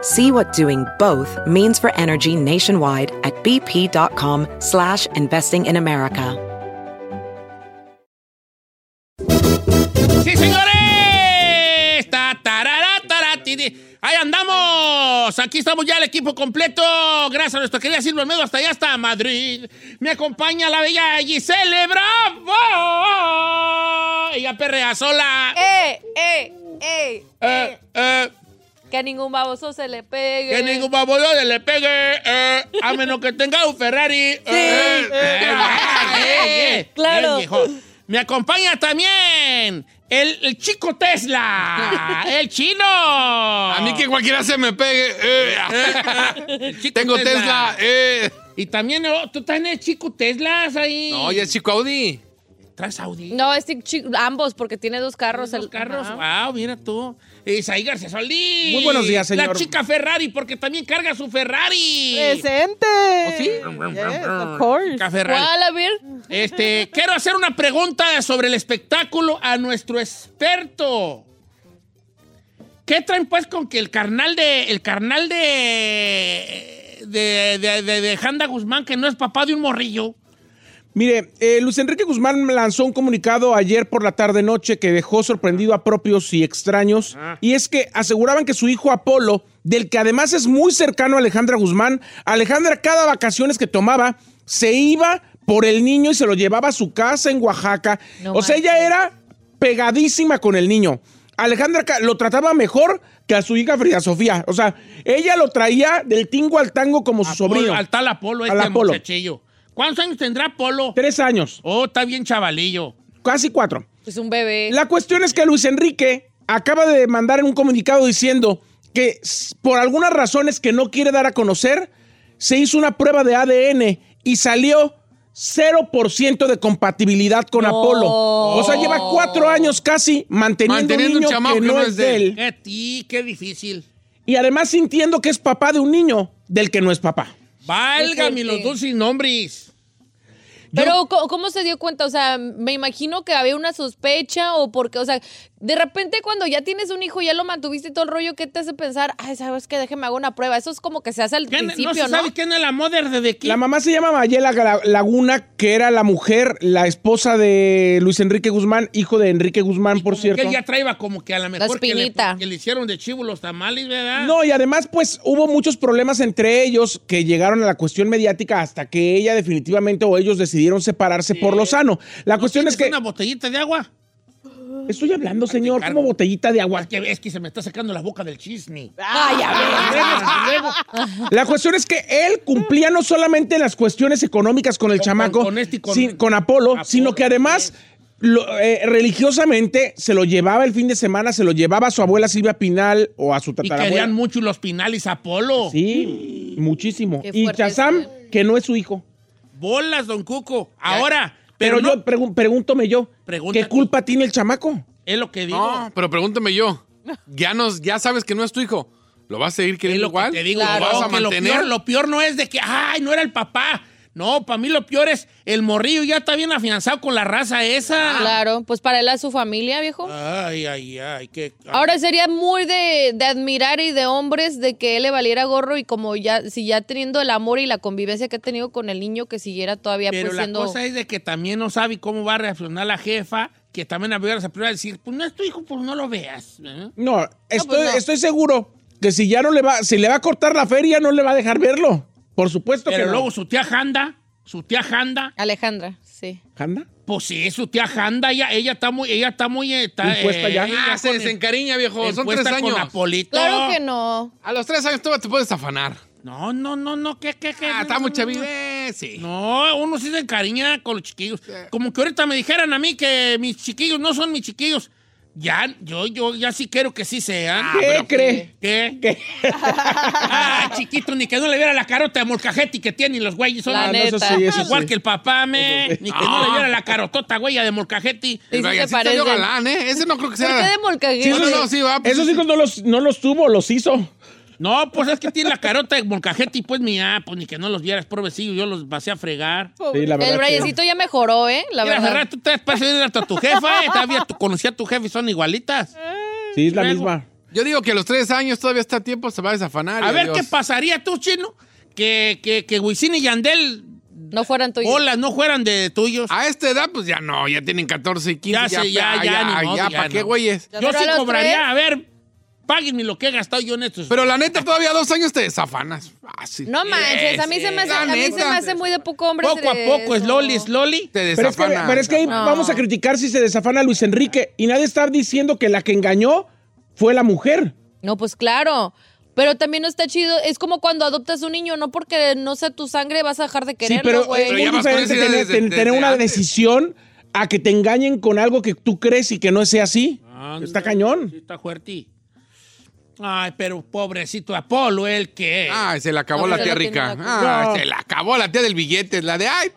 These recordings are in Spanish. See what doing both means for energy nationwide at bp.com slash investing in America. ¡Sí, señores! Ta, tarara, tara, tiri. ¡Ahí andamos! Aquí estamos ya el equipo completo. Gracias a nuestra querida Silvia Almedo, hasta allá, hasta Madrid. Me acompaña la bella Gisele Bravo. Ella perrea sola. ¡Eh, eh, eh! Eh, eh, Que a ningún baboso se le pegue. que ningún baboso se le pegue. eh, a menos que tenga un Ferrari. Eh, eh, eh, eh, Claro. eh, viejo. Me acompaña también el, el chico Tesla. El chino. A mí que cualquiera se me pegue. eh. El chico Tengo Tesla. eh. Y también, oh, tú también chico Teslas ahí. No, ya es chico Audi. Traes Audi. No, es que chi- ambos, porque tiene dos carros. Los el- carros, Ajá. wow, mira tú. Isaí García Solís. Muy buenos días, La señor. chica Ferrari, porque también carga su Ferrari. Presente. ¿Oh, sí? Yes, of course. Chica Ferrari. ¿Cuál, a ver? Este, quiero hacer una pregunta sobre el espectáculo a nuestro experto. ¿Qué traen pues con que el carnal de. El carnal de. de, de, de- de Janda Guzmán, que no es papá de un morrillo? Mire, eh, Luis Enrique Guzmán lanzó un comunicado ayer por la tarde-noche que dejó sorprendido a propios y extraños. Y es que aseguraban que su hijo Apolo, del que además es muy cercano a Alejandra Guzmán, Alejandra cada vacaciones que tomaba se iba por el niño y se lo llevaba a su casa en Oaxaca. No o sea, ella manches. era pegadísima con el niño. Alejandra Ca- lo trataba mejor que a su hija Frida Sofía. O sea, ella lo traía del tingo al tango como su Apolo, Ah, sobrino. Al tal Apolo, Al este Apolo. muchachillo. ¿Cuántos años tendrá Apolo? Tres años, Oh, está bien chavalillo. casi cuatro. Es pues, un bebé. La cuestión es que Luis Enrique acaba de mandar en un comunicado diciendo que s- por algunas razones que no quiere dar a conocer, se hizo una prueba de ADN y salió 0% de compatibilidad con Apolo. O sea, lleva cuatro años casi manteniendo, Manteniendo un un niño chamaco que no es de él. Qué ti, Eh, qué difícil. Y además sintiendo que es papá de un niño del que no es papá. Válgame Qué fuerte. los dulces nombres. Pero, ¿cómo, cómo se dio cuenta? O sea, me imagino que había una sospecha o porque, o sea, de repente cuando ya tienes un hijo, ya lo mantuviste y todo el rollo, ¿qué te hace pensar? Ay, ¿sabes qué? Déjeme hago una prueba. Eso es como que se hace al ¿Quién- principio, ¿No ¿no? se sabe quién es la mother de The Kid? La mamá se llama Mayela Gra- Laguna, que era la mujer, la esposa de Luis Enrique Guzmán, hijo de Enrique Guzmán, Y por como cierto. Que él ya traía como que a lo mejor que le, espinita. que le hicieron de chivo los tamales, ¿verdad? No, y además, pues hubo muchos problemas entre ellos que llegaron a la cuestión mediática hasta que ella definitivamente o ellos decidieron separarse por lo sano. La cuestión ¿Tienes es que. una botellita de agua? Estoy hablando, señor, cargo. como botellita de agua. Es que, es que se me está sacando la boca del chisme. Ah, Ay, a ver. La cuestión es que él cumplía no solamente las cuestiones económicas con el Con- chamaco, con este y con- sin- con Apolo, Apolo, sino que además lo- eh, religiosamente se lo llevaba el fin de semana, se lo llevaba a su abuela Silvia Pinal o a su Y tatarabuela. querían mucho los pinales Apolo. Sí, muchísimo. Qué Y fuerte Chazam, eso, que no es su hijo. Bolas, don Cuco. Ahora, pero, Pero, no, yo pregun- pregúntome yo, Pregúntate. ¿qué culpa tiene el chamaco? es lo que digo. No, pero pregúntame yo. Ya, nos, ya sabes que no es tu hijo. ¿Lo vas a seguir Es queriendo lo igual? que te digo. ¿Lo vas a que lo, mantener? peor, lo peor no es de que, ay, no era el papá. No, para mí lo peor es el morrillo ya está bien afianzado con la raza esa. Claro, pues para él a su familia, viejo. Ay, ay, ay, qué. Ahora sería muy de, de admirar y de hombres de que él le valiera gorro y como ya, si ya teniendo el amor y la convivencia que ha tenido con el niño, que siguiera todavía Pero pues la siendo... cosa es de que también no sabe cómo va a reaccionar la jefa, que también a veces se prueba a decir, pues no es tu hijo, pues no lo veas. ¿eh? No, estoy, no. estoy seguro que si ya no le va, si le va a cortar la feria, no le va a dejar verlo. Por supuesto Pero que luego no. su tía Janda, su tía Janda, Alejandra. Sí. ¿Janda? Pues sí, su tía Janda, ella, ella está muy, ella está muy, eh, está, Impuesta ya. ella Ah, se con- desencariña, viejo. Son impuesta tres años. con Apolito. Claro que no. A los tres años tú te puedes afanar. No, no, no, no, ¿qué, qué, qué? Ah, No, está no, mucha no, no. vida. Eh, sí. No, uno sí se encariña con los chiquillos. Como que ahorita me dijeran a mí que mis chiquillos no son mis chiquillos. Ya, yo, yo, ya sí quiero que sí sean. ¿Qué cree? ¿Qué? ah, chiquito, ni que no le viera la carota de molcajete que tiene los güeyes. Son La Ah, no, neta. eso sí, eso igual sí. que el papá, me. Eso sí. Ni que no le viera la carotota, güey, de molcajete. Sí, sí El se Vallecito parecen. dio galán, ¿eh? Ese no creo que ¿Por qué sea. de molcajete? Sí, eso No, no, sí, va. pues, Esos hijos no los, no los tuvo, los hizo. No, pues es que tiene la carota de molcajete y pues mi, ah, pues ni que no los vieras, pobrecillo, yo los pasé a fregar. Sí, la verdad el que- Brayecito ya mejoró, ¿eh? La Mira, verdad. Ferrari, tú te has parecido hasta tu jefa, ¿eh? Todavía tú conocías a tu jefe y son igualitas. Sí, es la Luego- misma. Yo digo que a los tres años todavía está a tiempo, se va a desafanar. A y ver adiós. qué pasaría tú, chino, que, que, que Wisin y Yandel, No fueran tuyos. hola, no fueran de tuyos. A esta edad, pues ya no, ya tienen 14 y 15. Ya sé, ya, pa- ya, ni modo, ya ¿para qué no. güeyes? Ya, yo pero sí a los cobraría, tres. a ver, páguenme lo que he gastado yo en estos. Pero la neta, todavía dos años te desafanas. Ah, Fácil. No manches, a mí, Sí, se, me hace, la a mí se me neta. hace muy de poco hombre. poco a hacer poco, es eso. loli, es loli. Te Pero es, que, desafanas. pero es que ahí No. vamos a criticar si se desafana Luis Enrique y nadie está diciendo que la que engañó fue la mujer. No, pues claro. Pero también no está chido. Es como cuando adoptas un niño, no porque no sea tu sangre vas a dejar de Sí, quererlo, pero güey. es Pero muy ya vas con diferente esa idea tener, desde- ten- desde tener una antes. decisión a que te engañen con algo que tú crees y que no sea así. está cañón. Sí, está fuerte. Ay, pero pobrecito Apolo, el que... Ay, se le acabó No, la pero tía no tiene rica. la Ay, culpa. se le acabó la tía del billete. La de, ay,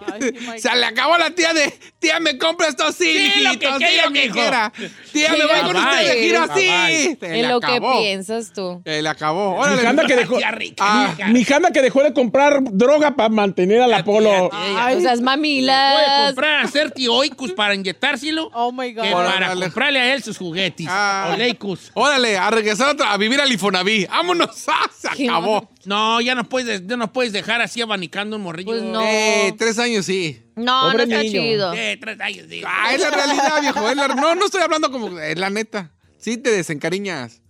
se le acabó la tía de, tía, me compra estos sí, Sí, lo que hijitos, sí, quiera, lo que mijo. quiera. Tía, Sí, me voy ya con va, usted de eh. gira Ya así. Se Es le lo que acabó. piensas tú. Se le acabó. Mi janda Órale. que dejó, Tía rica. Ah, rica. mi janda que dejó de comprar droga para mantener al Apolo. tía, tía. Ay, o sea, es Puede mamilas. comprar hacer tioicus para inyectárselo Oh, my God. que para Órale. comprarle a él sus juguetes. Ah. Oleicus. Órale, a regresar a, tra- a vivir al Infonaví. Vámonos, ah, se Qué acabó. No, ya no puedes, ya no puedes dejar así abanicando un morrillo. Pues no. Eh, tres años sí. No, no Pobre está niño. chido. Eh, tres años, digo. Ah, es la realidad, viejo. es la- no, no estoy hablando como. Es la neta. Sí te desencariñas.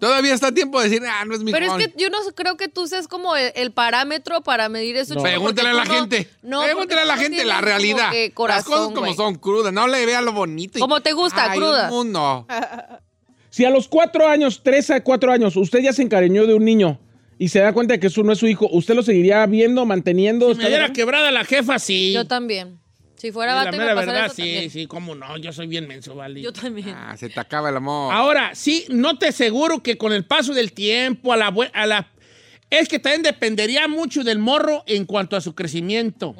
Todavía está a tiempo de decir, ah, no es mi Pero es hijón. que yo no creo que tú seas como e-, el, el parámetro para medir eso. No. chico, Pregúntale a la porque tú no- gente. No, Pregúntale a la porque tú no gente la tienes como realidad. que Las cosas corazón, como güey. son crudas. No le vea lo bonito. y- Como te gusta, Ay, cruda. un mundo. Si a los cuatro años, tres a cuatro años, usted ya se encariñó de un niño y se da cuenta de que eso no es su hijo, ¿usted lo seguiría viendo, manteniendo? Si me diera quebrada la jefa, sí. Yo también. Si fuera la vato y me mera pasara verdad, eso sí, también. sí, cómo no, yo soy bien menso, vale. Yo también. Ah, se te acaba el amor. Ahora, sí, no te aseguro que con el paso del tiempo, a la, bue- a la... Es que también dependería mucho del morro en cuanto a su crecimiento.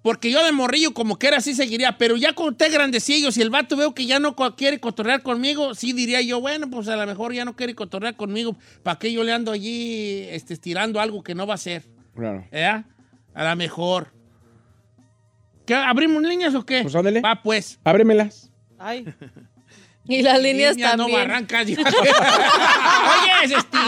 Porque yo de morrillo como que era así seguiría, pero ya con usted grandecillo, si el vato veo que ya no co- quiere cotorrear conmigo, sí diría yo, bueno, pues a lo mejor ya no quiere cotorrear conmigo, ¿para qué yo le ando allí este, estirando algo que no va a ser? Claro. ¿Eh? A lo mejor. ¿Qué, ¿Abrimos líneas o qué? Pues, ándale. Va pues. Ábremelas. Ay, Y las líneas Líneas no también. barrancas. dijo. Oye, este,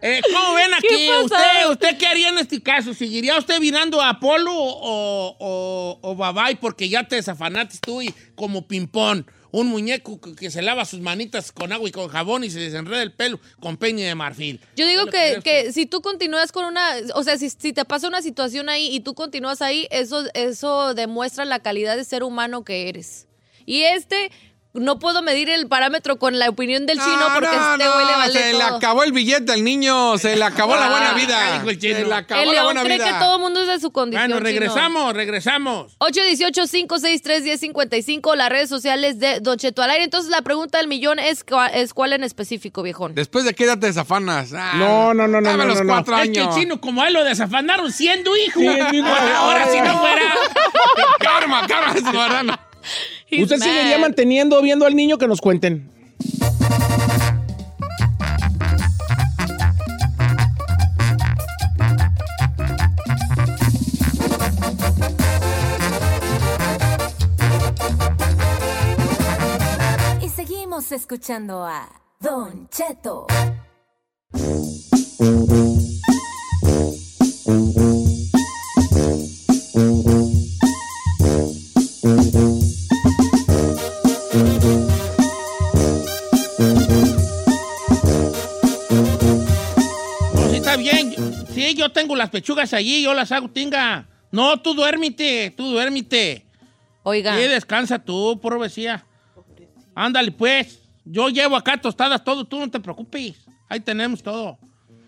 eh, ¿cómo ven aquí? ¿Qué pasó? ¿Usted, ¿Usted qué haría en este caso? ¿Seguiría usted virando a Apolo o, o, o Babay? Porque ya te desafanaste tú y como ping-pong. Un muñeco que- que se lava sus manitas con agua y con jabón y se desenreda el pelo con peña de marfil. Yo digo Lo que, que que si tú continúas con una, o sea, si, si te pasa una situación ahí y tú continúas ahí, eso, eso demuestra la calidad de ser humano que eres. Y este, no puedo medir el parámetro con la opinión del chino No, porque Ah, no, este güey le no, vale Se le todo. acabó el billete al niño. Se le acabó la buena Ah, vida. dijo el chino. Se le acabó El la león buena cree vida. que todo mundo es de su condición. Bueno, chino. regresamos, regresamos. 818-563-1055, las redes sociales de Don Cheto al aire. Entonces, la pregunta del millón es, cua- es cuál en específico, viejón. Después de qué edad te desafanas. Ah, No, no, no, no, dame no, los no, no. cuatro Es que el años. chino, como a él lo desafanaron siendo hijo. Sí, es hijo. ahora, ahora si no fuera. Karma, karma, es marrano. He's ¿Usted mad. seguiría manteniendo, viendo al niño que nos cuenten? Y seguimos escuchando a Don Cheto. Pues sí, está bien. Sí, yo tengo las pechugas allí, yo las hago tinga. No, tú duérmite, tú duérmite. Oiga. Sí, descansa tú, pobrecía. Ándale, pues. Yo llevo acá tostadas todo, tú no te preocupes. Ahí tenemos todo.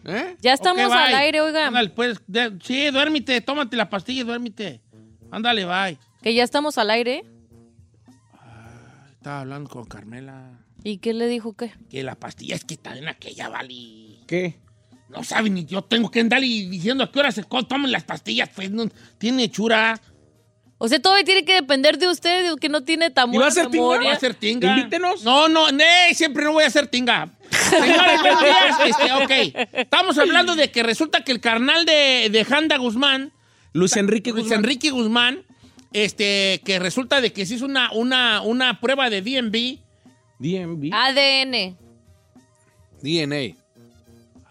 ¿Eh? Ya estamos Ok, bye. al aire, oiga. Ándale, pues. de- sí, duérmite, tómate la pastilla y duérmite. Ándale, bye. Que ya estamos al aire. Estaba hablando con Carmela. ¿Y qué le dijo qué? Que la pastilla es que está en aquella, vale. ¿Qué? No sabe ni yo tengo que andar y diciendo a qué hora se co- toman las pastillas, pues no tiene chura. O sea, todo tiene que depender de usted, de que no tiene tan ¿Y va a buena ser tinga? No voy memoria. a ser tinga. Invítenos. No, no, ne, siempre no voy a ser tinga. Señores, buenos días. Este, ok. Estamos hablando de que resulta que el carnal de, de Janda Guzmán, Luis Enrique Luis Guzmán. Enrique Guzmán, este, que resulta de que se hizo una, una, una prueba de DNB. DMV. ADN. DNA.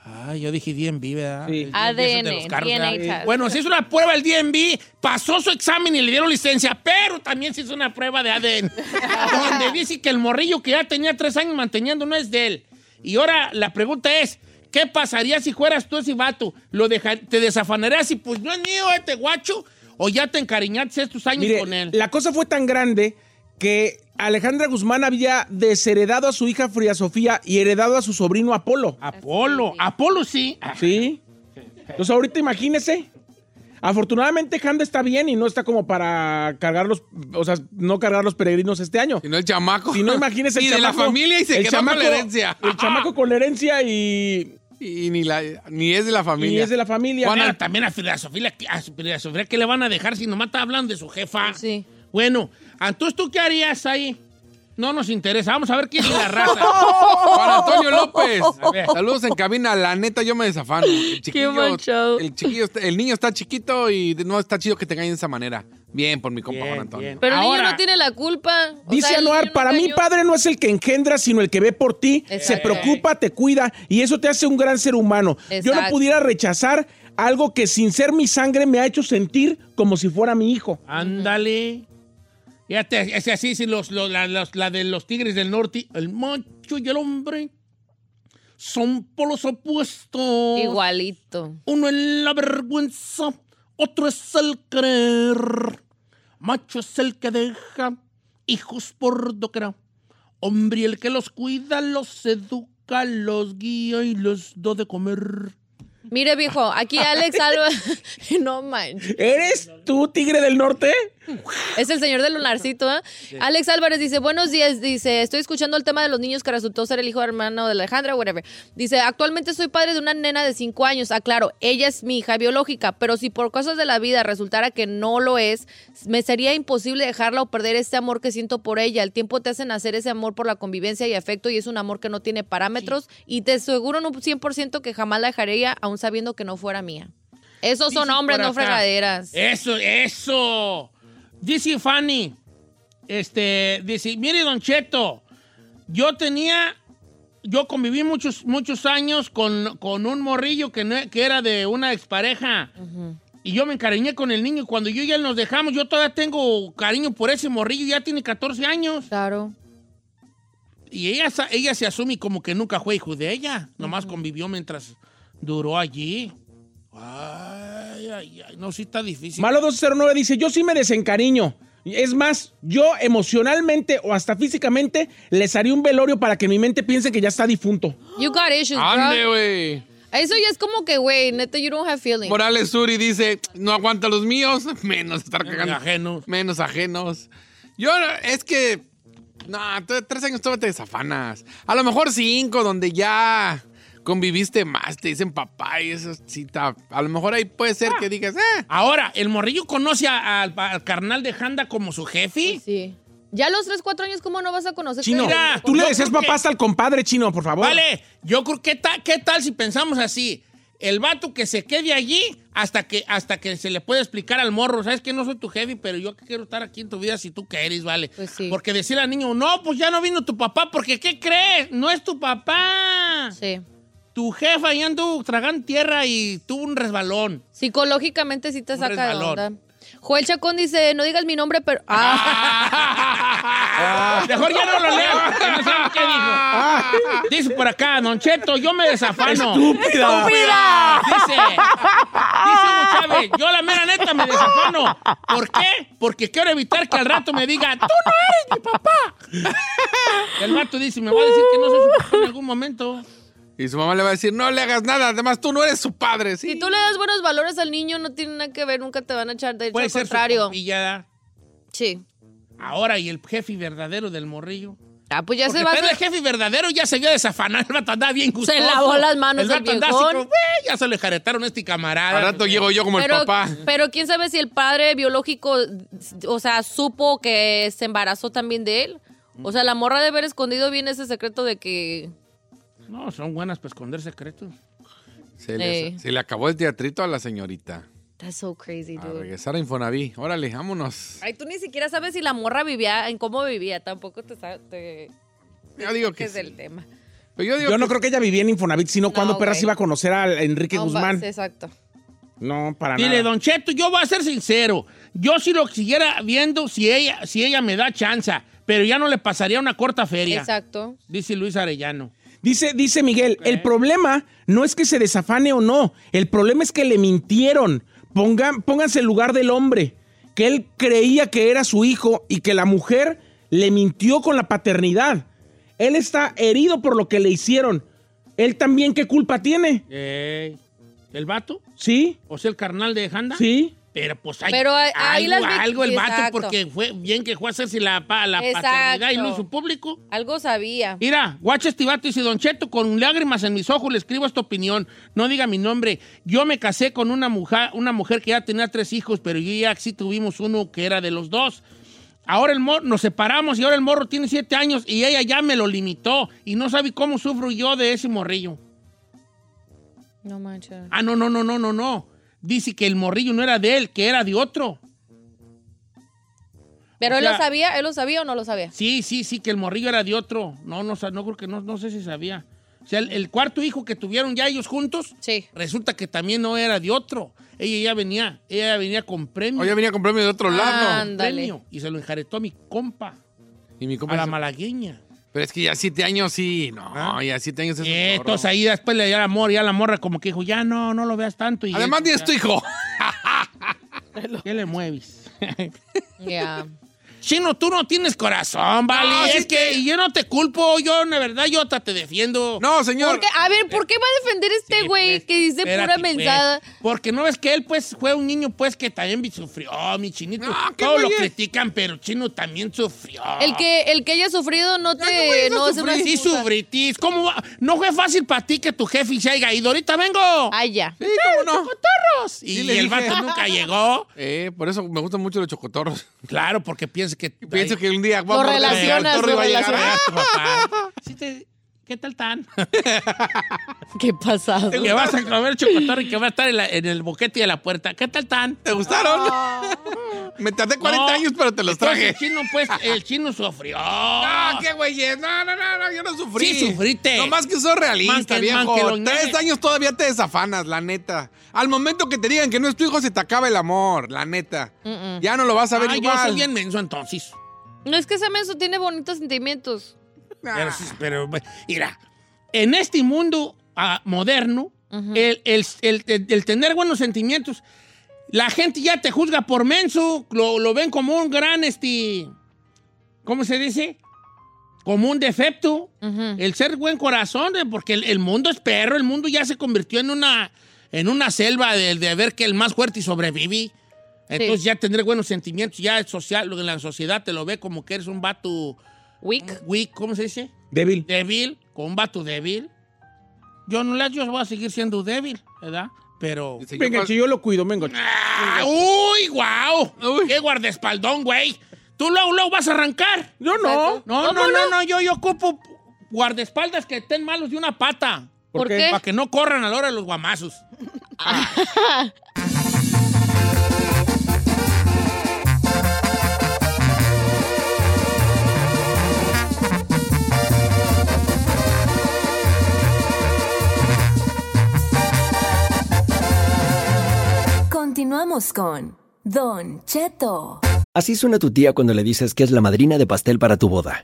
Ah, yo dije DNB, ¿verdad? Sí. Es- es de ADN. esos de los carros, DNA ¿verdad? test. Bueno, se hizo una prueba el DNB, pasó su examen y le dieron licencia, pero también se hizo una prueba de ADN, donde dice que el morrillo que ya tenía tres años manteniendo no es de él. Y ahora la pregunta es, ¿qué pasaría si fueras tú ese vato? ¿Lo deja- ¿Te desafanarías y pues no es mío este guacho? ¿O ya te encariñaste estos años Mire, con él? la cosa fue tan grande que Alejandra Guzmán había desheredado a su hija Fría Sofía y heredado a su sobrino Apolo. Apolo, Apolo sí. Ah, ¿Sí? Entonces ahorita imagínese. Afortunadamente Handa está bien y no está como para cargar los, o sea, no cargar los peregrinos este año. Si no, el chamaco. Si no, imagínese el Y de la chamaco- familia y se el quedó chamaco- con la herencia. El chamaco con la herencia y, Y ni, la, ni es de la y familia. es de la familia. Mira, también a filosofía, a filosofía, ¿qué le van a dejar si nomás está hablando de su jefa? Sí. Bueno, entonces, ¿tú qué harías ahí? No nos interesa. Vamos a ver quién es la raza. Juan Antonio López. A ver. Saludos en cabina. La neta, yo me desafano. El chiquillo, manchado. El, chiquillo está- el niño está chiquito y no está chido que te engañen de esa manera. Bien, por mi compa Bien, Juan Antonio. bien. Pero el niño Ahora, no tiene la culpa. O Dice sea, el niño Anuar, no para mí cayó". padre no es el que engendra, sino el que ve por ti, se Exacto. preocupa, te cuida y eso te hace un gran ser humano. Yo no Exacto. pudiera rechazar algo que sin ser mi sangre me ha hecho sentir como si fuera mi hijo. Ándale. Fíjate, es así, si los, los- la, los- la de los tigres del norte, el macho y el hombre son polos opuestos. Igualito. Uno es la vergüenza, otro es el creer. Macho es el que deja hijos por doquiera. Hombre el que los cuida, los educa, los guía y los da de comer. Mire, viejo, aquí Alex Alba. no manches. ¿Eres tú, tigre del norte? Es el señor del lunarcito, ¿ah? Alex Álvarez dice: Buenos días. Dice: Estoy escuchando el tema de los niños que resultó ser el hijo hermano de Alejandra, whatever. Dice: Actualmente soy padre de una nena de 5 años. Aclaro, ella es mi hija biológica, pero si por cosas de la vida resultara que no lo es, me sería imposible dejarla o perder ese amor que siento por ella. El tiempo te hace nacer ese amor por la convivencia y afecto y es un amor que no tiene parámetros. Y te aseguro en un 100% que jamás la dejaría, aún sabiendo que no fuera mía. Esos son Dice hombres, por no acá. Eh. fregaderas. Eso, eso. Dice Fanny, este, dice, mire Don Cheto, yo tenía, yo conviví muchos, muchos años con, con un morrillo que, no- que era de una expareja. Y yo me encariñé con el niño y cuando yo y él nos dejamos, yo todavía tengo cariño por ese morrillo, ya tiene 14 años. Claro. Y ella, sa- ella se asume como que nunca fue hijo de ella. Nomás convivió mientras duró allí. Ay, ay, ay. No, sí está difícil. Malo 209 dice, yo sí me desencariño. Es más, yo emocionalmente o hasta físicamente les haría un velorio para que mi mente piense que ya está difunto. You got issues, Ande, bro. güey. Eso ya es como que, güey, neta, you don't have feelings. Morales Suri dice, no aguanta los míos, menos estar cagando. ajenos. Menos ajenos. Yo, es que, no, tú de tres años todavía te desafanas. A lo mejor cinco, donde ya conviviste más, te dicen papá y eso, sí, ta- a lo mejor ahí puede ser Ah. que digas, eh. Ahora, ¿el morrillo conoce a- al, al carnal de Handa como su jefe? Pues, Sí. Ya a los 3, 4 años, ¿cómo no vas a conocer? Chino, Mira, tú le yo decías creo que- papá hasta al compadre chino, por favor. Vale, yo creo, ¿qué, ta- ¿qué tal si pensamos así? El vato que se quede allí hasta que, hasta que se le pueda explicar al morro, sabes que no soy tu jefe, pero yo quiero estar aquí en tu vida si tú quieres, ¿vale? Pues sí. Porque decir al niño, no, pues ya no vino tu papá, porque ¿qué crees? No es tu papá. Sí. Tu jefa ya anduvo tragando tierra y tuvo un resbalón. Psicológicamente sí te Un saca de resbalón. onda. Joel Chacón dice, no digas mi nombre, pero... Ah. Mejor ya no lo leo. porque no saben qué dijo. Dice por acá, Don Cheto, yo me desafano. ¡Estúpida! Dice, dice Hugo sabe, yo la mera neta me desafano. ¿Por qué? Porque quiero evitar que al rato me diga, tú no eres mi papá. El vato dice, me va a decir que no soy su papá en algún momento. Y su mamá le va a decir, no le hagas nada, además tú no eres su padre, ¿sí? Si tú le das buenos valores al niño, no tiene nada que ver, nunca te van a echar. De hecho, Puede al ser su contrario. compilla. Sí. Ahora, y el jefe verdadero del morrillo. Ah, pues ya Porque se va a Pedro, el hacer. jefe verdadero ya se vio desafanar. El vato andaba bien gustoso. lavó las manos El el vato andaba así viejón. como, "Güey, ya se le jaretaron a este camarada. Al rato llego yo como el Pero, papá. pero quién sabe si el padre biológico, o sea, supo que se embarazó también de él. O sea, la morra de haber escondido bien ese secreto de que. No, son buenas para esconder secretos. Se le, Sí. se le acabó el teatrito a la señorita. That's so crazy, A dude. regresar a Infonaví. Órale, vámonos. Ay, tú ni siquiera sabes si la morra vivía, en cómo vivía. Tampoco te sabes. Te... Yo digo que es el sí. tema. Pero yo digo Yo que no creo que ella vivía en Infonavit, sino No, cuando Peras güey. iba a conocer a Enrique No, Guzmán. vas, Exacto. No, para Dile, nada. Don Cheto, yo voy a ser sincero. Yo si lo siguiera viendo, si ella, si ella me da chance, pero ya no le pasaría una corta feria. Exacto. Dice Luis Arellano. Dice, dice Miguel, el problema no es que se desafane o no, el problema es que le mintieron. Pongan, pónganse el lugar del hombre, que él creía que era su hijo y que la mujer le mintió con la paternidad. Él está herido por lo que le hicieron. Él también, ¿qué culpa tiene? Ey, "Eh, ¿El vato? ¿Sí? ¿O sea, el carnal de Janda? ¿sí. Pero pues hay, Pero ahí- ahí algo, las vic- algo el vato, Exacto. porque fue bien que fue a hacerse la, pa- la Exacto. paternidad y lo hizo público. Algo sabía. Mira, guacha este vato dice, Don Cheto, con lágrimas en mis ojos le escribo esta opinión. No diga mi nombre. Yo me casé con una mujer, una mujer que ya tenía tres hijos, pero yo ya sí tuvimos uno que era de los dos. Ahora el morro, nos separamos y ahora el morro tiene siete años y ella ya me lo limitó y no sabe cómo sufro yo de ese morrillo. No manches. Ah, no, no, no, no, no, no. Dice que el morrillo no era de él, que era de otro. Pero o él sea- lo sabía, él lo sabía o no lo sabía. Sí, sí, sí, que el morrillo era de otro. No, no, sa- no creo que no, no sé si sabía. O sea, el, el cuarto hijo que tuvieron ya ellos juntos, Sí. resulta que también no era de otro. Ella ya venía, ella ya venía con premio. Hoy ya venía con premio de Ah. otro lado. Anda. premio y se lo enjaretó a mi compa, Y mi a compa la dice, malagueña. Pero es que ya siete años sí. No, ya siete años es un Eh, chorro. Entonces ahí después le dio la morra, ya la morra como que dijo, ya no, no lo veas tanto. Y Además él, de esto, hijo. ¿Qué le mueves? Ya. Chino, tú no tienes corazón, vale. No, sí es que y yo no te culpo, yo la verdad, yo hasta te defiendo. No, señor. ¿Por qué? A ver, ¿por qué va a defender este Sí, güey pues, que dice espérate, pura pues. mensada? Porque no es que él, pues, fue un niño, pues, que también vi- sufrió, mi chinito. No, ¿qué Todos lo güey es? critican, pero Chino también sufrió. El que, el que haya sufrido no Eh, te. No, es una Sí, excusa. sufritis. ¿Cómo va? No fue fácil para ti que tu jefe se haya ido. Ahorita vengo. Ay, Ah, ya. Sí, cómo no. ¡Cotorros! Y, Sí, le el dije. vato nunca llegó. Eh, por eso me gustan mucho los chocotorros. Claro, porque piensa que. Pienso que un día Lo a morder el relacionas, chocotorro y lo va a llegar. relacionas. Ah, Sí te- ¿Qué tal tan? Qué pasado. que vas a comer chocotorro y que va a estar en, la- en el boquete de la puerta. ¿Qué tal tan? ¿Te gustaron? Ah. me tardé 40 No. años, pero te los Entonces, traje. El chino, pues, el chino sufrió. No, qué güeyes. No, no, no, no, yo no sufrí. Sí, sufriste. No más que sos realista, Man, que- viejo. man, que lo Tres engañe. años todavía te desafanas, la neta. Al momento que te digan que no es tu hijo, se te acaba el amor, la neta. Ya no lo vas a ver Ah, yo igual. soy bien menso entonces. No es que ese menso tiene bonitos sentimientos. Ah, Pero, sí, pero, mira, en este mundo ah, moderno, el, el- el- el- el tener buenos sentimientos, la gente ya te juzga por menso, lo, lo ven como un gran, este, ¿cómo se dice? Como un defecto. El ser buen corazón, eh, porque el, el mundo es perro, el mundo ya se convirtió en una, en una selva de, de ver que el más fuerte y sobrevive. Entonces ya tener buenos sentimientos, ya el social, lo de la sociedad te lo ve como que eres un vato Wick. weak, ¿cómo se dice? Débil. Débil, con vato débil. Yo no las, yo voy a seguir siendo débil, ¿verdad? Pero. dice, yo Venga, pas- si yo lo cuido, venga. chi- ¡Ah! ¡Uy, guau! Uy. ¡Qué guardaespaldón, güey! ¿Tú luego, luego vas a arrancar? Yo no. No, no, no, no, yo, yo ocupo guardaespaldas que estén malos de una pata. ¿Por Eh. qué? Para que no corran a la hora de los guamazos. Continuamos con Don Cheto. Así suena tu tía cuando le dices que es la madrina de pastel para tu boda.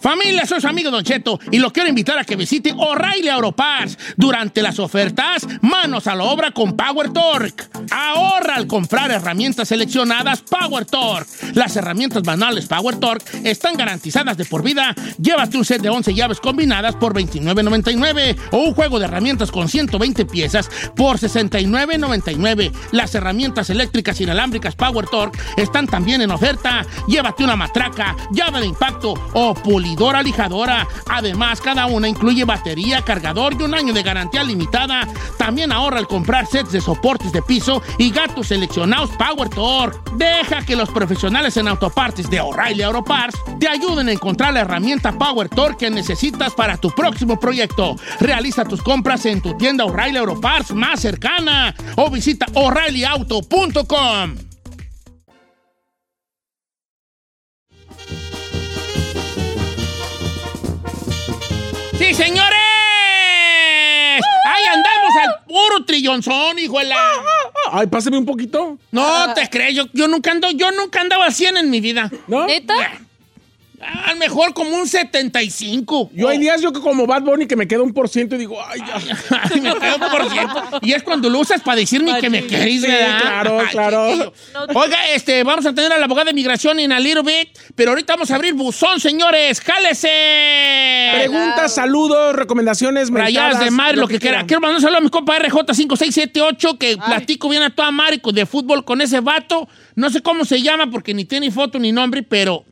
Familia, soy su amigo Don Cheto y lo quiero invitar a que visite O'Reilly Auto Parts durante las ofertas Manos a la obra con Power Torque. Ahorra al comprar herramientas seleccionadas Power Torque. Las herramientas manuales Power Torque están garantizadas de por vida. Llévate un set de 11 llaves combinadas por $29.99 o un juego de herramientas con 120 piezas por $69.99. Las herramientas eléctricas inalámbricas Power Torque están también en oferta. Llévate una matraca, llave de impacto o pulidora lijadora. Además, cada una incluye batería, cargador y un año de garantía limitada. También ahorra al comprar sets de soportes de piso y gatos seleccionados Power Torque. Deja que los profesionales en autopartes de O'Reilly Auto Parts te ayuden a encontrar la herramienta Power Torque que necesitas para tu próximo proyecto. Realiza tus compras en tu tienda O'Reilly Auto Parts más cercana o visita o'ReillyAuto.com. ¡Sí, señores! ¡Ahí andamos al puro trillonzón, hijo de la... Ay, pásame un poquito. No te crees, yo, yo nunca ando, yo nunca andaba a 100 en mi vida. ¿No? ¿Neta? A lo mejor como un 75. Yo hay días yo que como Bad Bunny que me queda un por ciento y digo, ay, ya. Ay, me quedo por ciento. Y es cuando lo usas para decirme que me queréis, sí, ¿verdad? claro, claro. chiquillo. Oiga, este, vamos a tener a la abogada de migración en a little bit, pero ahorita vamos a abrir buzón, señores. ¡Cálese! Preguntas, saludos, recomendaciones, Rayadas mentadas, de mar, lo que quiera. Quiero mandar un saludo a mi compa RJ5678, que platico bien a toda madre con- de fútbol con ese vato. No sé cómo se llama porque ni tiene foto ni nombre, pero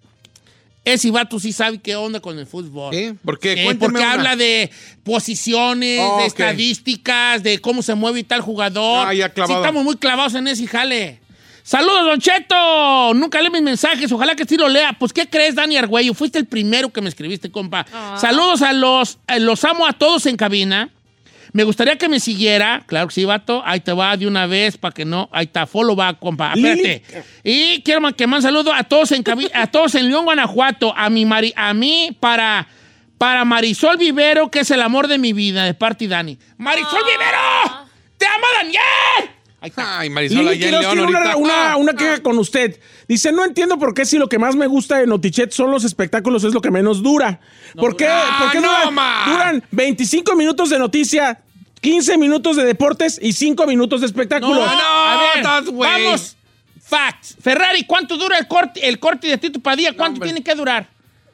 ese vato sí sabe qué onda con el fútbol. ¿Eh? ¿Por qué? Sí, Cuénteme porque una. habla de posiciones, Oh, de ok. estadísticas, de cómo se mueve y tal jugador. Ah, ya clavado. Sí, estamos muy clavados en ese jale. Saludos, Don Cheto. Nunca lee mis mensajes. Ojalá que sí lo lea. Pues, ¿qué crees, Dani Argüello? Fuiste el primero que me escribiste, compa. Saludos a los. eh, los amo a todos en cabina. Me gustaría que me siguiera. Claro que sí, vato. Ahí te va de una vez para que no. Ahí está, follow va, compa. Espérate. Y quiero ma- que más saludo a todos en cabi- a todos en León, Guanajuato. A mi mari- a mí para, para Marisol Vivero, que es el amor de mi vida, de parte y Dani. ¡Marisol Vivero! ¡Te amo, Daniel! Ahí está. Ay, Lili Marisol, allá en Quiroz León tiene una, ahorita. una- Ah. una queja con usted. Dice, no entiendo por qué si lo que más me gusta de Notichet son los espectáculos, es lo que menos dura. ¿Por qué, Ah, por qué no, duran, ma. duran 25 minutos de noticia, 15 minutos de deportes y 5 minutos de espectáculo? No, no. a ver, estás, güey. vamos. Facts. Ferrari, ¿cuánto dura el corte, el corte de Tito Padilla? ¿Cuánto hombre. tiene que durar?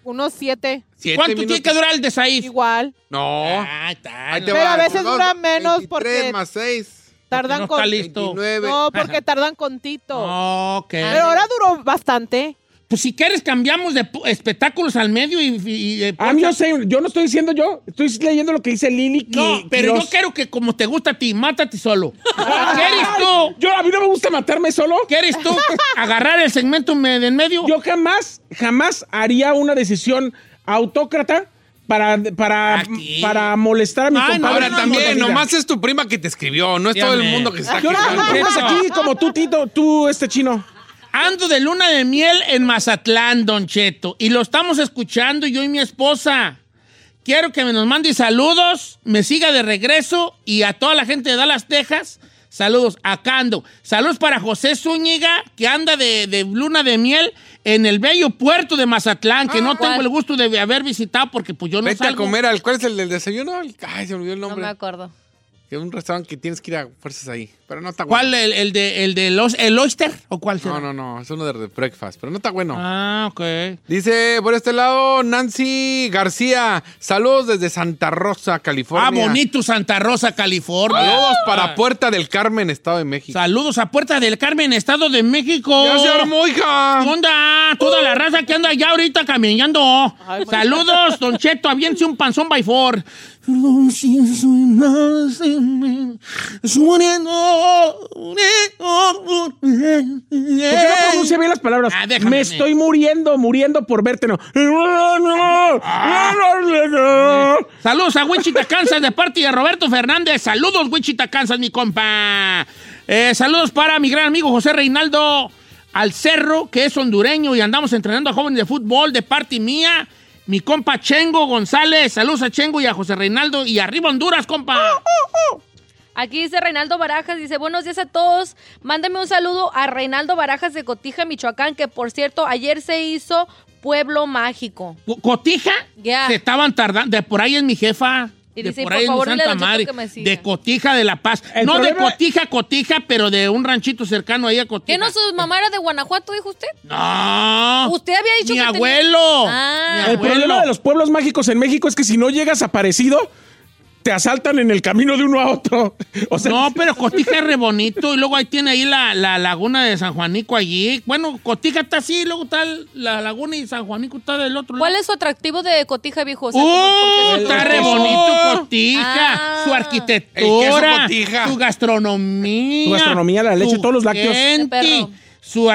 Unos siete, Siete ¿Cuánto minutos. tiene que durar el de Saif? igual. No. Ah, está. Ahí te no, Pero va, a veces dos, dura menos 23 porque- más 6, Tardan no con... está listo. Ah, 29. No, porque tardan con Tito. Ok. Pero ahora duró bastante. Pues si quieres cambiamos de pu- espectáculos al medio y... y- y de- I'm just saying, yo Ah, no estoy diciendo yo, estoy leyendo lo que dice Lili. no, Qui- pero Quiroz. yo quiero que como te gusta a ti, mátate solo. ¿Quieres tú? Yo, a mí no me gusta matarme solo. ¿Quieres tú agarrar el segmento me- de en medio? Yo jamás, jamás haría una decisión autócrata para, para, Aquí. para molestar a mi Ay, no, compadre. Ahora no, también, Mira. nomás es tu prima que te escribió, no es todo el Dígame. mundo que se está Yo no quejando. tienes aquí como tú, Tito, tú, este chino. Ando de luna de miel en Mazatlán, Don Cheto. Y lo estamos escuchando yo y mi esposa. Quiero que me nos mande saludos, me siga de regreso y a toda la gente de Dallas, Texas. Saludos, acá ando. Saludos para José Zúñiga, que anda de, de luna de miel en el bello puerto de Mazatlán, que no tengo el gusto de haber visitado porque pues yo no Ah, Vete a salgo. comer al. ¿Cuál es el del desayuno? El- Ay, se me olvidó el No me nombre. acuerdo. Que es un restaurante que tienes que ir a fuerzas ahí. Pero no está bueno. ¿Cuál? ¿El, el de, el de los, el Oyster? ¿O cuál será? No, no, no. Es uno de breakfast, pero no está bueno. Ah, ok. Dice por este lado Nancy García. Saludos desde Santa Rosa, California. Ah, bonito Santa Rosa, California. Ah. Saludos para Puerta del Carmen, Estado de México. Saludos a Puerta del Carmen, Estado de México. ¡Ya se armó, hija! ¿Qué onda? Toda la raza que anda allá ahorita caminando. Saludos, Don Cheto, aviénse un panzón by four. No pienso en nada sin mí. Es un enor- un enor- un ¿Por qué no pronuncia bien las palabras? Ah, déjame, Me eh. estoy muriendo, muriendo por verte. No. Ah. Saludos a Wichita, Kansas, de parte de Roberto Fernández. Saludos, Wichita, Kansas, mi compa. Eh, saludos para mi gran amigo José Reinaldo Alcerro, que es hondureño y andamos entrenando a jóvenes de fútbol, de parte mía. Mi compa Chengo González. Saludos a Chengo y a José Reinaldo. Y arriba Honduras, compa. Aquí dice Reinaldo Barajas, dice, buenos días a todos. Mándame un saludo a Reinaldo Barajas de Cotija, Michoacán, que por cierto, ayer se hizo Pueblo Mágico. Co- Cotija. Ya. Se estaban tardando. De por ahí es mi jefa. Y de dice, por "Por ahí es mi favor, le Santa repito Madre. que me siga". De Cotija de La Paz. El no de problema- Cotija, Cotija, pero de un ranchito cercano ahí a Cotija. ¿Qué no su mamá era de Guanajuato, dijo usted? No. Usted había dicho Mi que tenía- abuelo. Ah. Mi El abuelo. problema de los pueblos mágicos en México es que si no llegas aparecido, te asaltan en el camino de uno a otro. O sea, No, pero Cotija es re bonito. Y luego ahí tiene ahí la, la laguna de San Juanico allí. Bueno, Cotija está así, luego está el- la laguna y San Juanico está del otro ¿Cuál lado. es su atractivo de Cotija, viejo? O sea, ¡Uh! ¿por qué- Está re Oh. bonito Cotija. Ah. Su El queso arquitectura. Cotija. Su gastronomía. Su gastronomía, la leche, su todos los lácteos. gente, De perro. su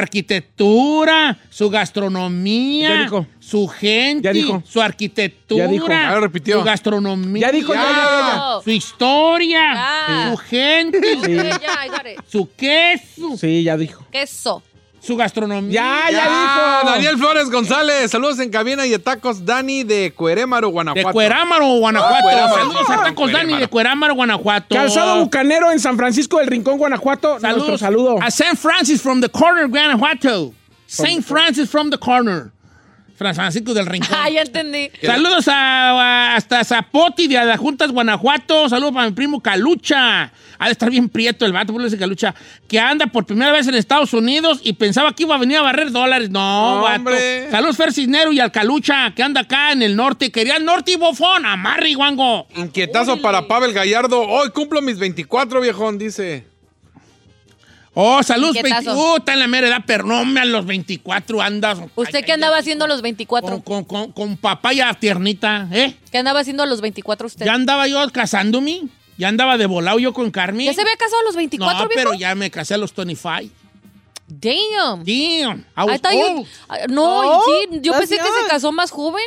arquitectura, su gastronomía, Ya dijo. su gente, Ya dijo. su arquitectura, Ya dijo. Ya lo repitió. su gastronomía, ya dijo, ya, ya, Oh. su historia, Ya. su gente, Ok, ya, I got it. su queso, ya. Sí, ya dijo. Queso. su gastronomía. Ya, ya, dijo. Ah, Daniel Flores González, saludos en cabina y atacos Dani de Cuerémaro, De Guanajuato. Cuerámaro, Guanajuato. Cuerámaro. Saludos a Tacos Dani de Cuerámaro, Guanajuato. Calzado Bucanero en San Francisco del Rincón, Guanajuato. Nuestro Saludos. saludo. A San Francis from the corner, Guanajuato. Saint Francis from the corner. Fran- Francisco del Rincón. Ah, ya entendí. Saludos a, a- hasta Zapoti de Adjuntas, Guanajuato. Saludos para mi primo Calucha. Ha de estar bien prieto el vato, por ese Calucha. Que anda por primera vez en Estados Unidos y pensaba que iba a venir a barrer dólares. No, No, vato. hombre. Saludos Fer Cisnero y al Calucha, que anda acá en el norte. Quería el norte y bofón. Amarre, guango. Inquietazo para Pavel Gallardo. Hoy cumplo mis 24, viejón, dice. Oh, saludos. Inquietazo. 20 Uh, está en la mera edad, pero no, hombre, a los 24 andas. ¿Usted Ay, qué ay, andaba ay, haciendo a los 24? Con, con, con, con papaya tiernita, ¿eh? ¿Qué andaba haciendo a los 24 usted? Ya andaba yo casándome. Ya andaba de volado yo con Carmen. ¿Ya se había casado a los 24, No, viejo? pero ya me casé a los 25. Damn. Damn, I was I thought you- old. Ah, No, No, sí, yo that's pensé que se young. casó más joven.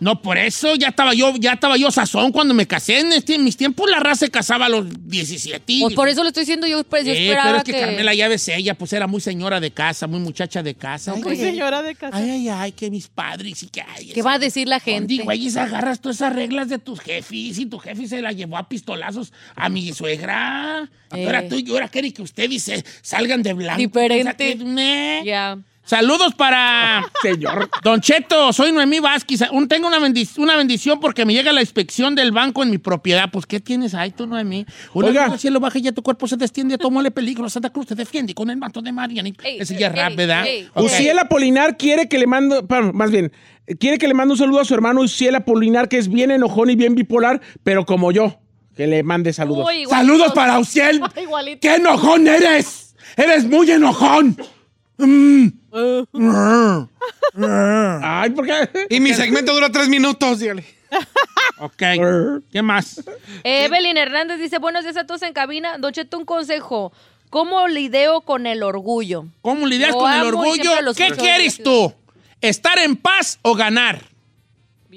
No, por eso ya estaba yo, ya estaba yo sazón cuando me casé. En, este- en mis tiempos la raza se casaba a los 17. Pues por eso le estoy diciendo, yo, pues, yo Eh, esperaba pero es que, que... Carmela ya ves ella, pues era muy señora de casa, muy muchacha de casa. Ok. Ay, Señora de casa. Ay, ay, ay, que mis padres y que ay, ¿Qué esa- va a decir la gente? Andy, güeyes, agarras todas esas reglas de tus jefes y tu jefe se la llevó a pistolazos a mi suegra. Eh. Ahora tú y ahora quiere que ustedes se salgan de blanco. Diferente. Sáquenme. eh. Ya. Saludos para Señor. Don Cheto, soy Noemí Vázquez. Un- tengo una, bendic- una bendición porque me llega la inspección del banco en mi propiedad. Pues, ¿qué tienes ahí tú, Noemí? Una Oiga. Oiga. el cielo baja y ya tu cuerpo se desciende. Tómale peligro. Santa Cruz te defiende con el manto de Marian. Ey, Ese ya es ey, rap, ¿verdad? ey, Ok. Uciel Apolinar quiere que le mando, perdón, más bien, quiere que le mande un saludo a su hermano Uciel Apolinar, que es bien enojón y bien bipolar, pero como yo, que le mande saludos. Uy, igualito. Saludos para Uciel. Igualito. ¡Qué enojón eres! ¡Eres muy enojón! Mm. Ay, ¿por qué? Y mi segmento dura tres minutos, dígale. Ok. ¿Qué más? Evelyn Hernández dice, buenos días a todos en cabina. Don Cheto, un consejo. ¿Cómo lidio con el orgullo? ¿Cómo lidias Lo con el amo y orgullo? siempre lo ¿Qué escucho. quieres tú? ¿Estar en paz o ganar?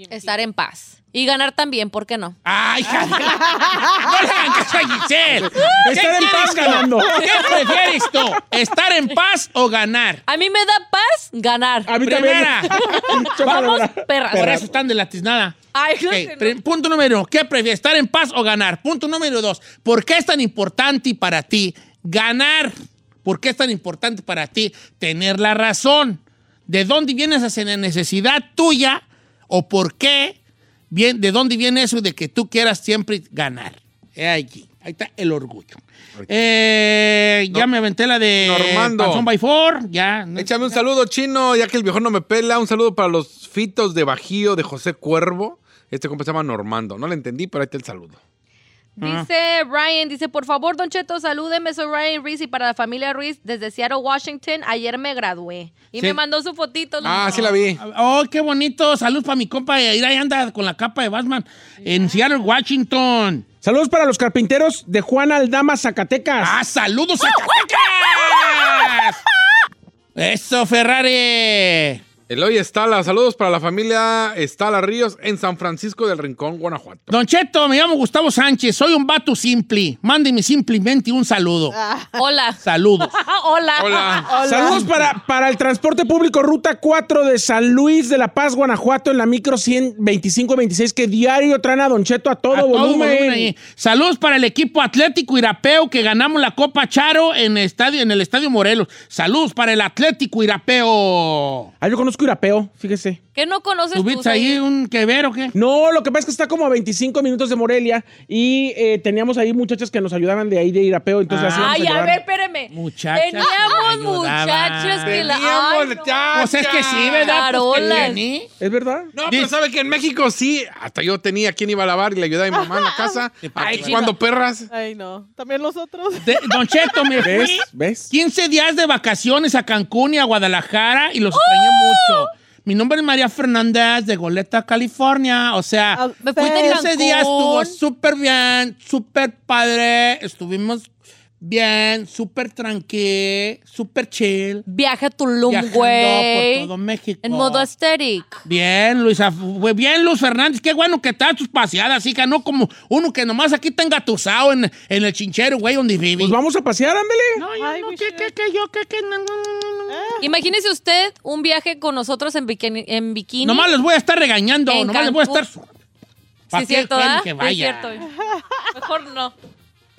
Estar en paz. Y ganar también, ¿por qué no? ¡Ay, hija de- ¡No le hagan caso a Giselle! Estar en quieres paz tú? ganando. ¿Qué prefieres tú? ¿Estar en paz o ganar? A mí me da paz ganar. Ah, A mí Primera. también. Chócala, Vamos, ¿verdad? perras. Por eso están de la tiznada. Ay, Ok, no sé, no. prim- Punto número uno. ¿Qué prefieres? ¿Estar en paz o ganar? Punto número dos. ¿Por qué es tan importante para ti ganar? ¿Por qué es tan importante para ti tener la razón? ¿De dónde viene esa ne- necesidad tuya? ¿O por qué? Bien, ¿De dónde viene eso de que tú quieras siempre ganar? He allí. Ahí está el orgullo. Eh, ya me aventé la de Normando. Panzón by Four. Ya. no- Échame un saludo chino, ya que el viejón no me pela. Un saludo para los fitos de Bajío de José Cuervo. Este compa se llama Normando. No le entendí, pero ahí está el saludo. Dice Ryan, dice, por favor, Don Cheto, salúdeme, soy Ryan Ruiz y para la familia Ruiz desde Seattle, Washington, ayer me gradué. Y Sí. me mandó su fotito. Ah, Luis. sí la vi. Oh, qué bonito. Salud para mi compa. Ahí anda con la capa de Batman en Seattle, Washington. Saludos para los carpinteros de Juan Aldama, Zacatecas. ¡Ah, saludos, Zacatecas! Eso, Ferrari. Eloy Estala, saludos para la familia Estala Ríos en San Francisco del Rincón, Guanajuato. Don Cheto, me llamo Gustavo Sánchez. Soy un vato simple. Mándeme simplemente un saludo. Ah. Hola. Saludos. Ah, hola. Hola. Saludos para, para el transporte público Ruta 4 de San Luis de La Paz, Guanajuato, en la micro 125-26, que diario traen a Don Cheto a todo, A todo volumen. volumen ahí. Saludos para el equipo Atlético Irapeo que ganamos la Copa Charo en el estadio, en el estadio Morelos. Saludos para el Atlético Irapeo. Ah, yo conozco Irapeo, fíjese. ¿Qué no conoces Pues tú? ¿Tuviste ahí Said? un que ver o qué? No, lo que pasa es que está como a 25 minutos de Morelia y eh, teníamos ahí muchachas que nos ayudaban de ahí de Irapeo, entonces Ah. así Ay, a ver, espéreme. Muchachas que Teníamos me ayudaban. muchachas que la... Ay, no. Pues es que sí, ¿verdad? Pues que Carolas. tiene. ¿Es verdad? No, pero sabe que en México sí, hasta yo tenía quien iba a lavar y le ayudaba a mi mamá en la casa. Ay, cuando perras. Ay, no. También los otros. De- Don Cheto, me fui ¿Ves? ¿Ves? 15 días de vacaciones a Cancún y a Guadalajara y los extrañé ¡Oh! mucho. Mi nombre es María Fernández de Goleta, California. O sea, Ah, Me fui de ese día estuvo Cancún. súper bien, súper padre. Estuvimos bien, súper tranqui, súper chill. Viaje a Tulum, viajando güey. por todo México. En modo aesthetic. Bien, Luisa. fue Bien, Luz Fernández. Qué bueno que estás tus paseadas, hija. No como uno que nomás aquí está engatusado en, en el chinchero, güey, donde vive. Pues vamos a pasear, ándale. No, yo Ay, no, we que, should. que, que, yo, que, que, no, no, no, no, no. ¿Eh? Imagínese usted un viaje con nosotros en bikini. En bikini. Nomás les voy a estar regañando, En nomás les voy a Cancún. estar... Sí, Pa' es qué cierto, quieren ¿verdad? que Sí, vaya. es cierto. Mejor no.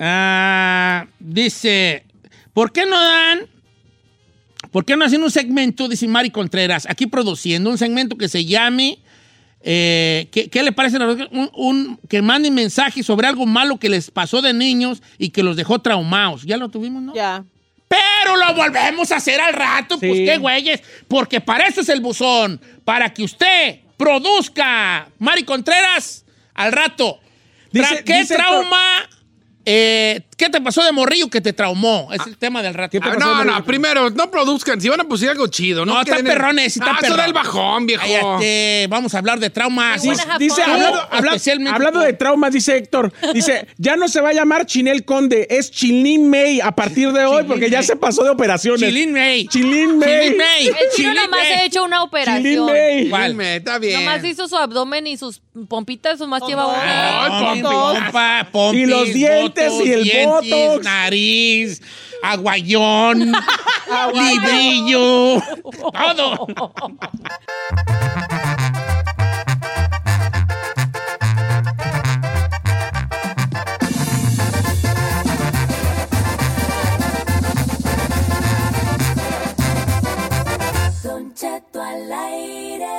Ah, dice, ¿por qué no dan... ¿Por qué no hacen un segmento, dice Mari Contreras, aquí produciendo un segmento que se llame... eh, ¿qué, qué le parece? Un, un- que manden mensajes sobre algo malo que les pasó de niños y que los dejó traumados. Ya lo tuvimos, ¿no? Ya. Pero lo volvemos a hacer al rato, Sí. pues qué güeyes. Porque para eso es el buzón. Para que usted produzca. Mari Contreras, al rato. Dice- Tra- ¿Qué dice el trauma? eh, ¿Qué te pasó de morrillo que te traumó? Es el tema del rato. ¿Qué te Ah, pasó, no, Mario? no, primero, no produzcan. Si van a producir algo chido, no. No, está queden en- perrón ese, está Ah, eso perrón. era el bajón, viejo. Cállate, este, vamos a hablar de traumas. Sí, Dice, Buena dice, Japón. hablando, Tú, habla- especialmente hablando tú. de traumas, dice Héctor, dice, ya no se va a llamar Chinel Conde, es Chilín May a partir de hoy, Chilín porque ya May. se pasó de operaciones. Chilín May. Chilín May. Chilín May. El chino Chilín nomás May. ha hecho una operación. Chilín May. ¿Cuál? Dime, Está bien. Nomás hizo su abdomen y sus pompitas, nomás lleva una. Ay, pompis, Ay, pompis. pompa, pompis, Y los dientes botox, y el dientes, botox. nariz, aguayón, librillo, todo. Don Cheto al aire.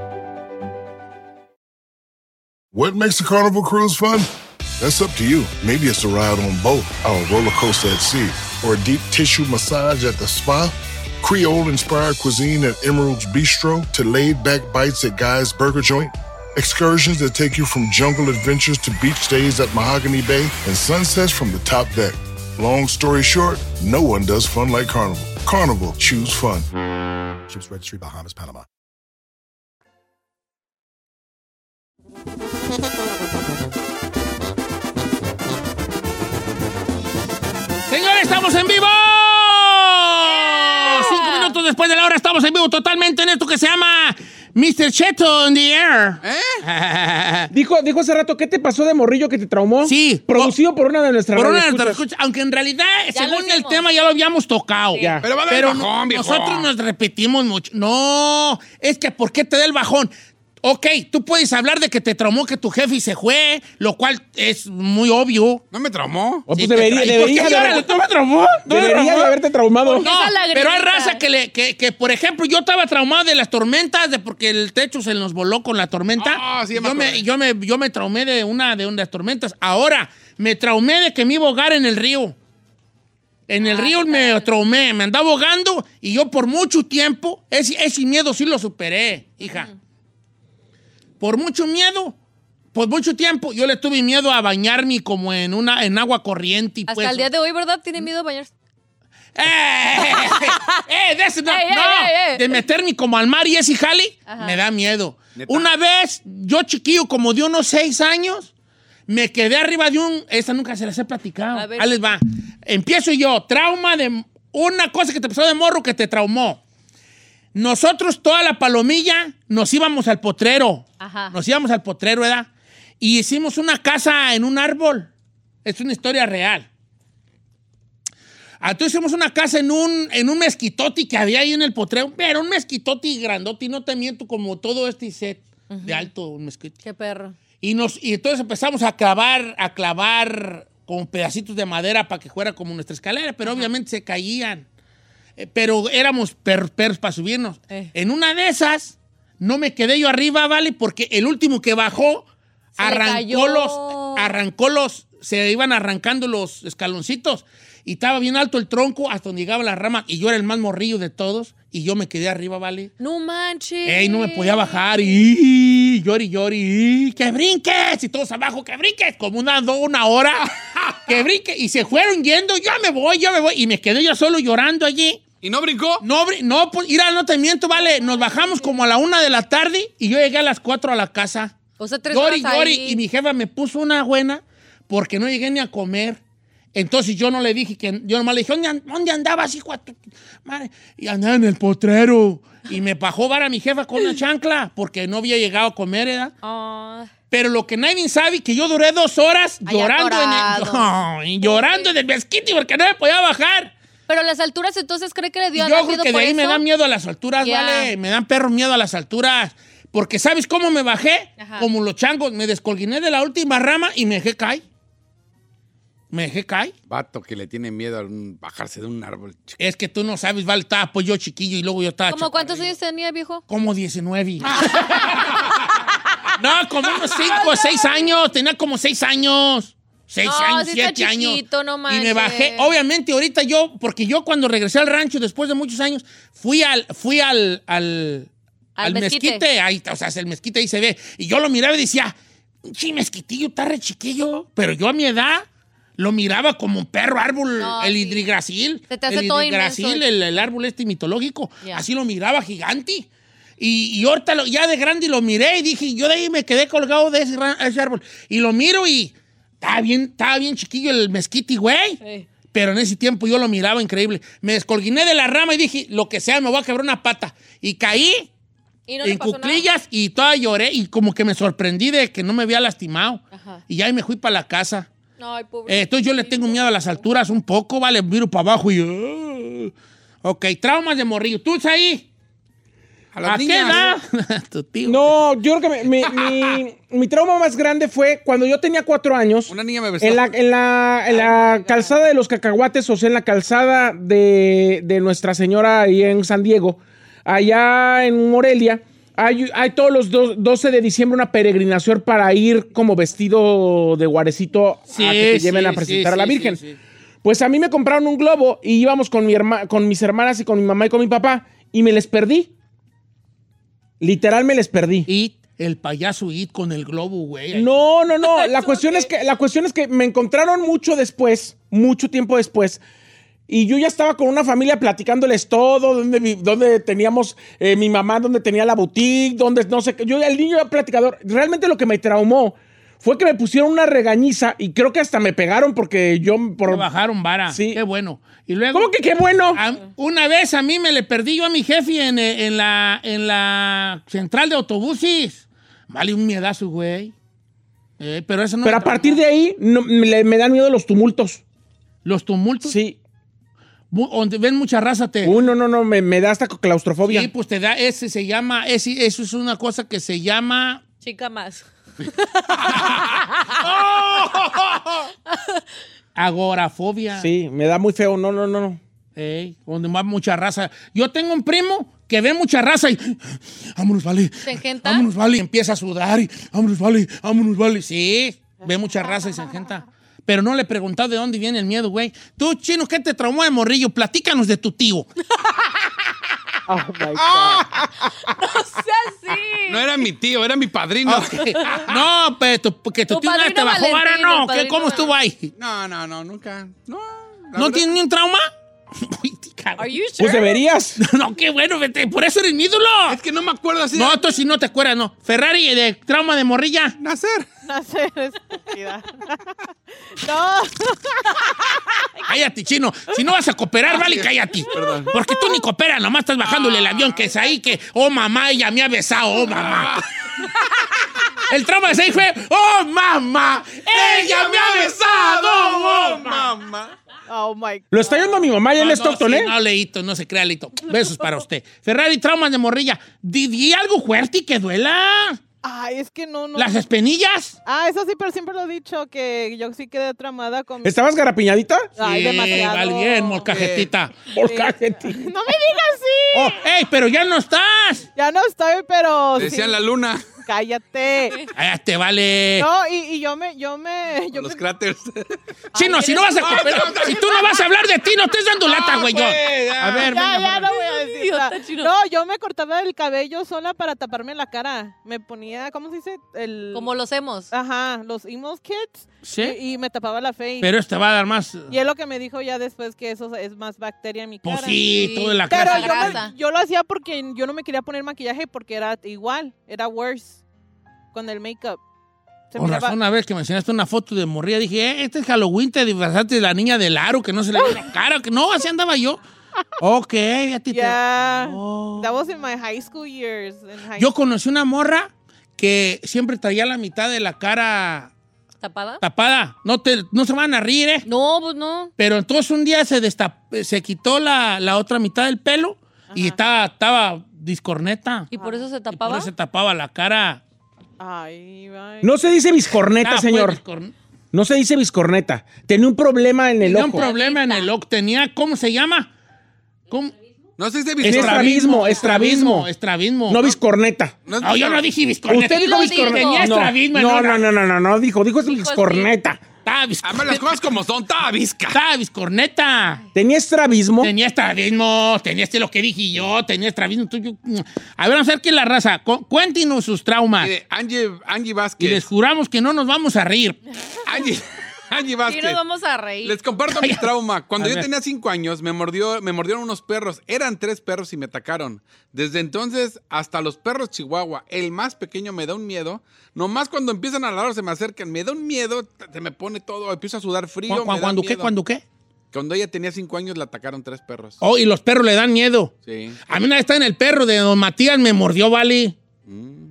What makes the Carnival Cruise fun? That's up to you. Maybe it's a ride on boat, a roller coaster at sea, or a deep tissue massage at the spa. Creole inspired cuisine at Emerald's Bistro to laid back bites at Guy's Burger Joint. Excursions that take you from jungle adventures to beach stays at Mahogany Bay and sunsets from the top deck. Long story short, no one does fun like Carnival. Carnival, choose fun. Ships Registry, Bahamas, Panama. Señores, estamos en vivo. Cinco minutos después de la hora estamos en vivo totalmente en esto que se llama Mr. Cheto in the Air. ¿Eh? Dijo, dijo hace rato, ¿qué te pasó de morrillo que te traumó? Sí. Producido por una de nuestras Por una radioescuchas. escucha, aunque en realidad, Ya lo según el hicimos. tema, ya lo habíamos tocado. Ya. Pero va a dar el bajón, viejo. nosotros nos repetimos mucho. No, es que ¿por qué te da el bajón? Ok, tú puedes hablar de que te traumó que tu jefe se fue, lo cual es muy obvio. No me traumó. Oh. pues debería- debería de haber- ¿No me traumó? ¿No me Debería de traumó? Pues haberte traumado. No, pero hay raza que, le, que, que, por ejemplo, yo estaba traumado de las tormentas, de porque el techo se nos voló con la tormenta. Ah, yo, me, yo, me, yo me traumé de una de unas tormentas. Ahora, me traumé de que me iba a ahogar en el río. En Ah, el río me traumé, me andaba ahogando y yo por mucho tiempo, ese, ese miedo sí lo superé, hija. Por mucho miedo, por mucho tiempo, yo le tuve miedo a bañarme como en, una, en agua corriente. y Hasta pues, el día de hoy, ¿verdad? Tiene miedo a bañarse. ¡Eh! de ese no, Ey, ey, no. ey, ey. De meterme como al mar y ese jale, Ajá. me da miedo. Una vez, yo chiquillo, como de unos seis años, me quedé arriba de un. Esta nunca se las he platicado. A ver. Ahí les va. Empiezo yo. Trauma de. Una cosa que te pasó de morro que te traumó. Nosotros, toda la palomilla, nos íbamos al potrero. Ajá. Nos íbamos al potrero, ¿verdad? Y hicimos una casa en un árbol. Es una historia real. Ah, Entonces hicimos una casa en un, en un mezquitoti que había ahí en el potrero. Era un mezquitoti grandote y no te miento como todo este set de alto un mezquite. Qué perro. Y, nos, y entonces empezamos a clavar, a clavar con pedacitos de madera para que fuera como nuestra escalera, pero obviamente se caían. Eh, Pero éramos perros para subirnos. Eh. En una de esas, no me quedé yo arriba, ¿vale? Porque el último que bajó Se le arrancó cayó. los, arrancó los, se iban arrancando los escaloncitos y estaba bien alto el tronco hasta donde llegaba la rama y yo era el más morrillo de todos y yo me quedé arriba, ¿vale? No manches. Ey, no me podía bajar. Y llori, llori. y, ¡Que brinques! Y todos abajo, ¡que brinques! Como una, do- una hora. ¡Que brinques! Y se fueron yendo. Yo me voy, yo me voy. Y me quedé yo solo llorando allí. ¿Y no brincó? No, brin- no, pues, mira, no te miento, vale. Nos bajamos como a la una de la tarde y yo llegué a las cuatro a la casa. O sea, tres Llori, horas llori. ahí. Y mi jefa me puso una buena porque no llegué ni a comer. Entonces yo no le dije que. Yo nomás le dije, ¿dónde, an- dónde andabas, hijo? de tu Madre? Y andaba en el potrero. Y me bajó vara mi jefa con una chancla porque no había llegado a comer, ¿verdad? Ah, Pero lo que nadie sabe que yo duré dos horas Allá llorando en el. atorado. Ay, llorando en el mezquite porque no me podía bajar. Pero las alturas, entonces, ¿cree que le Y dio yo creo miedo que de por ahí me eso? da miedo a las alturas, Ya. ¿vale? Me dan perro miedo a las alturas. Porque ¿sabes cómo me bajé? Ajá. Como los changos. Me descolguiné de la última rama y me dejé caer. Me dejé caer. Vato que le tiene miedo a un- bajarse de un árbol. chico. Es que tú no sabes, vale, estaba pues yo chiquillo y luego yo estaba ¿Cómo chaparrillo. cuántos años tenía, viejo? Como 19. Ah. no, como unos 5 6 años. Tenía como 6 años. 6 No, años, sí 7 está años. chiquito, no y me manches. bajé. Obviamente, ahorita yo, porque yo cuando regresé al rancho después de muchos años, fui al, fui al, al, Al al mezquite. mezquite. Ahí, o sea, el mezquite ahí se ve. Y yo lo miraba y decía, sí, mezquitillo, está re chiquillo. Pero yo a mi edad lo miraba como un perro árbol, No, el sí. hidrigrasil. Se te hace el todo hidrigrasil, inmenso. el, el árbol este mitológico. Ya. Así lo miraba gigante. Y, y ahorita lo- ya de grande lo miré y dije, yo de ahí me quedé colgado de ese, ra- ese árbol. Y lo miro y estaba bien, estaba bien chiquillo el mezquite, güey. Sí. Pero en ese tiempo yo lo miraba increíble. Me descolguiné de la rama y dije, lo que sea, me voy a quebrar una pata. Y caí Y no le en pasó nada. cuclillas y toda lloré y como que me sorprendí de que no me había lastimado. Ajá. Y ya ahí me fui para la casa. No, ay, pobre. Eh, entonces yo le tengo miedo a las alturas un poco, vale, miro para abajo y... ah. ok, traumas de morrillo. ¿Tú, ahí? A las ¿A qué niñas. edad? tu tío. No, yo creo que mi, mi- mi- mi trauma más grande fue cuando yo tenía cuatro años. Una niña me besó. En la, en la, en la calzada de los cacahuates, o sea, en la calzada de, de Nuestra Señora ahí en San Diego, allá en Morelia, hay, hay todos los do- 12 de diciembre una peregrinación para ir como vestido de guarecito Sí, a que te sí, lleven a sí, presentar a la sí, Virgen. sí, sí. Pues a mí me compraron un globo y íbamos con, mi herma- con mis hermanas y con mi mamá y con mi papá y me les perdí. Literal me les perdí. It, el payaso It con el globo, güey. No, no, no. La cuestión es que la cuestión es que me encontraron mucho después, mucho tiempo después. Y yo ya estaba con una familia platicándoles todo, dónde, vi- dónde teníamos eh, mi mamá, dónde tenía la boutique, dónde no sé qué. Yo, el niño era platicador. Realmente lo que me traumó fue que me pusieron una regañiza y creo que hasta me pegaron porque yo Me por bajaron Ah, vara. Sí. Qué bueno. Y luego... ¿Cómo que qué bueno? A- una vez a mí me le perdí yo a mi jefe en, eh, en la, en la central de autobuses. Vale un miedazo, güey. Eh, pero eso no Pero me a partir traumó. de ahí no- me, me dan miedo los tumultos. Los tumultos. Sí. mu- donde ven mucha raza te... Uno, no, no, me, me da hasta claustrofobia. Sí, pues te da, ese se llama, ese, eso es una cosa que se llama... Chica más. Agorafobia. Sí, me da muy feo. No, no, no, no. Ey, donde va mucha raza. Yo tengo un primo que ve mucha raza y vámonos, vale. ¿Se engenta? Vámonos, vale. Y empieza a sudar y vámonos, vale, vámonos, vale. Sí, ve mucha raza y se engenta. Pero no le he preguntado de dónde viene el miedo, güey. Tú, chino, ¿qué te traumó de morrillo? Platícanos de tu tío. O sea, sí. No era mi tío, era mi padrino. no, pero tu- que tu, Tu tío nada padrino te bajó vara, Valentino, no. ¿Qué, padrino ¿Cómo estuvo ahí? No, no, no, nunca. No. la ¿No verdad- tienes ni un trauma? Uy, cara. Are you sure? Pues deberías. No, qué bueno, vete. Por eso eres mi ídolo. Es que no me acuerdo así. de No, tú si no te acuerdas, no. Ferrari de trauma de morrilla. nacer. Nacer estúpida. No. Cállate, chino. Si no vas a cooperar, vale, cállate. Porque tú ni cooperas, nomás estás bajándole el avión que es ahí que, oh mamá, ella me ha besado, oh mamá. El trauma de seis fue, oh mamá, ella me ha besado, oh mamá. Oh my God. Lo está viendo mi mamá ya en No, Stockton, sí, ¿eh? No, Leito, no se crea, Leito. Besos para usted. Ferrari, traumas de morrilla. Di, di algo fuerte y que duela. Ay, es que no, no. Las espenillas. Ah, eso sí, pero siempre lo he dicho, que yo sí quedé tramada con... ¿Estabas garapiñadita? Ay, Sí, demasiado. vale, bien, molcajetita. Por cajeti. No me digas sí. Oh, ¡Ey, pero ya no estás! Ya no estoy, pero... Decían Oh, la sí. luna. Cállate. Cállate, Ah, vale. No, y, y yo me, yo me, yo Los me- cráteres. Chino, si no vas a cooperar, si tú no vas a hablar de ti, no estés dando lata, güey. yo. pues, ya. A ver, Ya, venga, ya, Ferrari. no voy a decir Idiota, nada. chino. No, yo me cortaba el cabello sola para taparme la cara. Me ponía, ¿cómo se dice? El... Como los hemos. Ah. Ajá, los emo kids. Sí, Y, y me tapaba la face. ¿Eh? pero esto va a dar más. eh, Y es lo que me dijo ya después que eso es más bacteria en mi cara. Pues sí, Sí. todo de la Pero La clase. yo, me- grasa. yo lo hacía porque yo no me quería poner maquillaje porque era igual, era worse con el make-up. Se Con miraba- razón, una vez que me enseñaste una foto de morría, dije, eh, este es Halloween, te disfrazaste de la niña del aro, que no se le ve la cara. que No, así andaba yo. Ok, a ti te- Yeah. Oh. That was in my high school years. in high- Yo conocí una morra que siempre traía la mitad de la cara ¿Tapada? tapada. No, te, no se van a reír, ¿eh? No, pues no. Pero entonces un día se destap- se quitó la, la otra mitad del pelo y estaba, estaba discorneta. ¿Y por eso se Ah. Y por tapaba? eso se tapaba la cara. Ay, ay. No se dice biscorneta, Ah, pues, señor. discorn- No se dice biscorneta. Tenía un problema en el Tenía ojo. un problema en el ojo. Tenía, ¿cómo se llama? ¿Cómo? No se dice Es biscorneta. Estrabismo, Estrabismo. Estrabismo. No biscorneta. No es No, yo no dije biscorneta. Usted dijo Lo biscorneta. dijo. Tenía No, estrabismo. no, no, no, no, no, no, dijo, dijo es biscorneta. Estaba Ama las biscorneta. cosas como son, tabisca. Estaba biscorneta. Tenía estrabismo. Tenía estrabismo, tenía este lo que dije yo, tenía estrabismo. tú, yo- mm, A ver, vamos a ver qué es la raza. Cu- Cuéntenos sus traumas. Mire, Angie, Angie Y les Vázquez. juramos que no nos vamos a reír. Angie, Angie Sí, Vázquez. nos vamos a reír. Les comparto mi trauma. Cuando A yo ver. tenía cinco años, me, mordió, me mordieron unos perros. Eran tres perros y me atacaron. Desde entonces, hasta los perros chihuahua, el más pequeño me da un miedo. Nomás cuando empiezan a ladrar se me acercan, me da un miedo, t- se me pone todo, empiezo a sudar frío. Cu- me cu- da ¿Cuándo qué? miedo. ¿Cuándo qué? Cuando ella tenía cinco años, la atacaron tres perros. Oh, y los perros le dan miedo. Sí. A mí una vez estaba en el perro de don Matías, me mordió, vale.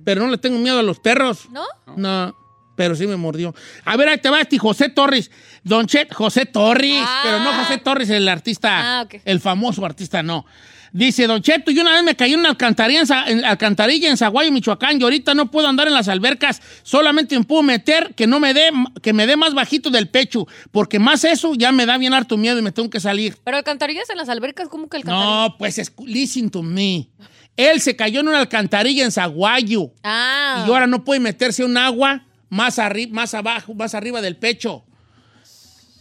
Pero no le tengo miedo a los perros. ¿No? No, pero sí me mordió. A ver, ahí te va este José Torres. Don Chet, José Torres. Ah. Pero no José Torres, el artista. Ah, ok. El famoso artista, no. Dice, Don Cheto, yo una vez me caí en una alcantarilla en, Sa- en alcantarilla en Zaguayo, Michoacán, y ahorita no puedo andar en las albercas, solamente me puedo meter que no me dé, que me dé más bajito del pecho, porque más eso ya me da bien harto miedo y me tengo que salir. Pero alcantarillas en las albercas, ¿cómo que alcantarillas? No, pues escu- listen to me. Él se cayó en una alcantarilla en Zaguayo. Ah. Y ahora no puede meterse un agua más, arri- más abajo, más arriba del pecho.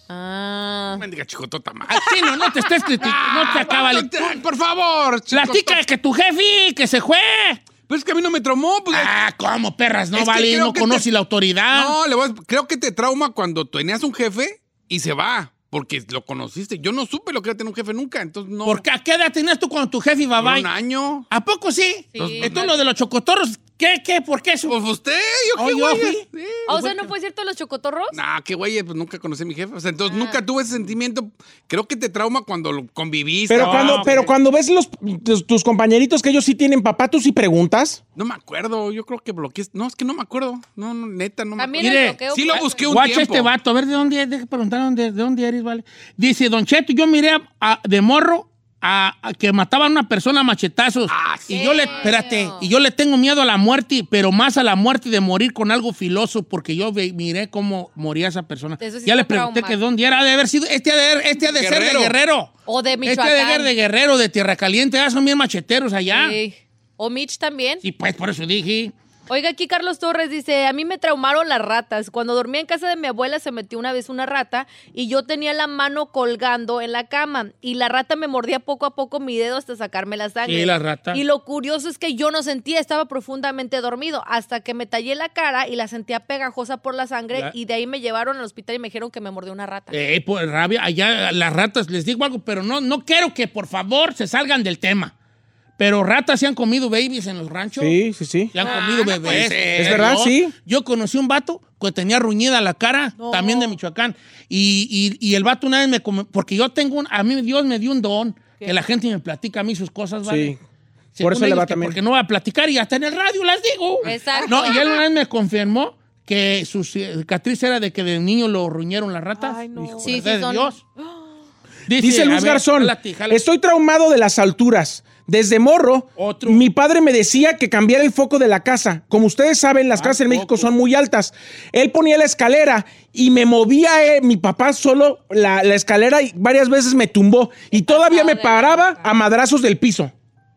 Ah. Mendiga chicotota mal. Al chino, no te estés criticando. No te acaba. Ah, La Por favor, tica chicotota. de que tu jefe, que se fue. Pero es que a mí no me traumó. Pues, Ah, ¿cómo, perras? No Es que vale, creo no que conoce te- la autoridad. No, le voy a- creo que te trauma cuando tenías un jefe y se va, porque lo conociste. Yo no supe lo que era tener un jefe nunca, entonces no. ¿Por qué? ¿A qué edad tenías tú cuando tu jefe iba Por bye? un año. ¿A poco sí? Sí. Entonces lo de los chocotorros ¿Qué, qué? ¿Por qué? Pues usted, yo qué, güey. Ah, pues, o sea, ¿no fue cierto los chocotorros? Nah, qué güey, pues nunca conocí a mi jefe. O sea, entonces nunca tuve ese sentimiento. Creo que te trauma cuando lo conviviste. Pero, Ah, cuando, ok. pero cuando ves los, tus, tus compañeritos que ellos sí tienen papá, ¿tú sí preguntas? No me acuerdo, yo creo que bloqueé. No, es que no me acuerdo. No, no neta, no me acuerdo. También el bloqueo sí lo fue- busqué un Guacha tiempo. este vato, a ver de dónde es, deja preguntar dónde, de dónde eres, vale. Dice, Don Cheto, yo miré a- a- de morro a, a que mataban a una persona a machetazos. Ah, Y yo le, espérate, y yo le tengo miedo a la muerte, pero más a la muerte de morir con algo filoso, porque yo ve- miré cómo moría esa persona. Eso sí ya está le pregunté trauma. que dónde era, ha de haber sido, este ha de, este ha de ser de Guerrero. guerrero. O de Este ha de ser Michoacán. de guerrero, de tierra caliente, ah, son bien macheteros allá. Sí. O Mitch también. Y pues por eso dije. Oiga, aquí Carlos Torres dice, a mí me traumaron las ratas. Cuando dormía en casa de mi abuela se metió una vez una rata y yo tenía la mano colgando en la cama y la rata me mordía poco a poco mi dedo hasta sacarme la sangre. Sí, la rata. Y lo curioso es que yo no sentía, estaba profundamente dormido hasta que me tallé la cara y la sentía pegajosa por la sangre La- y de ahí me llevaron al hospital y me dijeron que me mordió una rata. Eh, pues rabia, allá las ratas, les digo algo, pero no, no quiero que por favor se salgan del tema. Pero ratas se han comido babies en los ranchos. Sí, sí, sí. Se han comido Ah, puede bebés. ser, Es verdad, ¿no? sí. Yo conocí un vato que tenía ruñida la cara, también de Michoacán. Y, y- y el vato una vez me... come- Porque yo tengo un... A mí Dios me dio un don, que la gente me platica a mí sus cosas, ¿vale? Sí. Por eso Según le va ellos, pues que también. Porque no va a platicar y hasta en el radio las digo. Exacto. No, y él una vez me confirmó que su cicatriz era de que de niño lo ruñeron las ratas. Ay, no. Hijo, Sí, sí, ¿verdad de son- Dios? Dice a Luis ver, Garzón, jálate, jálate. estoy traumado de las alturas. Desde morro, Otro. mi padre me decía que cambiara el foco de la casa. Como ustedes saben, las casas en México son muy altas. Él ponía la escalera y me movía eh, mi papá solo la, la escalera y varias veces me tumbó. Y todavía me paraba a madrazos del piso.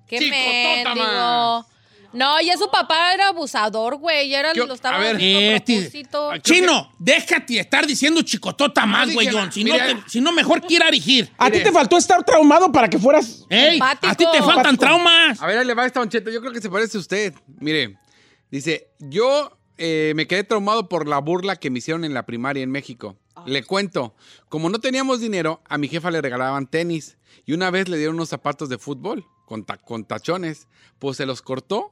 ¡Qué Chico, mendigo! tótama. No, ya su papá era abusador, güey. Ya era, Yo- lo estaba a ver, haciendo a este- propósito. Ay, creo Chino, déjate estar diciendo chicotota más, dije güeyón. nada. Si, no Mira. te- si no, mejor que ir a erigir. A ti te faltó estar traumado para que fueras... ¡Ey! A ti te Empático. faltan Empático. traumas. A ver, ahí le va esta Don Cheto. Yo creo que se parece a usted. Mire, dice, yo eh, me quedé traumado por la burla que me hicieron en la primaria en México. Le cuento, como no teníamos dinero, a mi jefa le regalaban tenis y una vez le dieron unos zapatos de fútbol con, ta- con tachones, pues se los cortó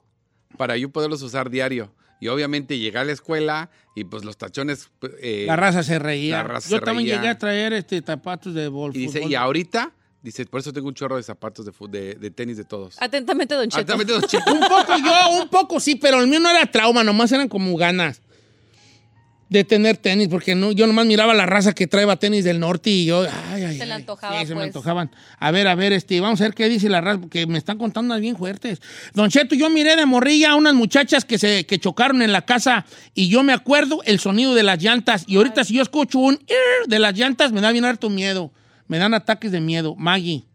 para yo poderlos usar diario. Y obviamente llegué a la escuela y pues los tachones... eh, La raza se reía. la raza Yo se también reía. llegué a traer este zapatos de golf. Y dice, y ahorita, dice, por eso tengo un chorro de zapatos de, fu- de- de tenis de todos. Atentamente, Ah, don Cheto. Atentamente, Don Cheto. Un poco yo, un poco sí, pero el mío no era trauma, nomás eran como ganas de tener tenis, porque no, yo nomás miraba la raza que traía tenis del norte y yo, ay, ay, Se le ay. antojaba, Sí, se me pues. antojaban. A ver, a ver, este, vamos a ver qué dice la raza, porque me están contando unas bien fuertes. Don Cheto, yo miré de morrilla a unas muchachas que se que chocaron en la casa y yo me acuerdo el sonido de las llantas y ahorita si yo escucho un "ir" de las llantas me da bien harto miedo, me dan ataques de miedo. Maggie,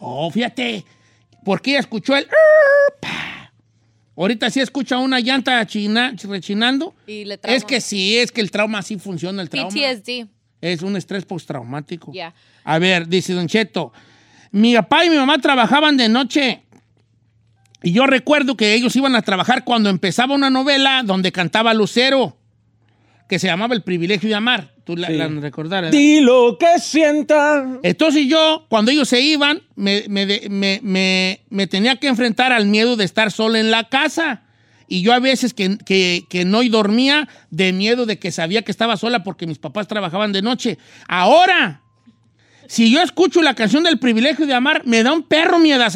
oh, fíjate, porque ella escuchó el "ir", pa. Ahorita sí escucha una llanta china- rechinando. Y le trauma. Es que sí, es que el trauma sí funciona, el trauma. PTSD. Es un estrés postraumático. Ya. A ver, dice Don Cheto, mi papá y mi mamá trabajaban de noche. Y yo recuerdo que ellos iban a trabajar cuando empezaba una novela donde cantaba Lucero, que se llamaba El privilegio de amar. Tú la, Sí. la recordarás. ¿verdad? Di lo que sienta. Entonces yo, cuando ellos se iban, me, me de- me- me- me tenía que enfrentar al miedo de estar sola en la casa. Y yo a veces que, que- que no y dormía de miedo de que sabía que estaba sola porque mis papás trabajaban de noche. Ahora, si yo escucho la canción del privilegio de amar, me da un perro miedo a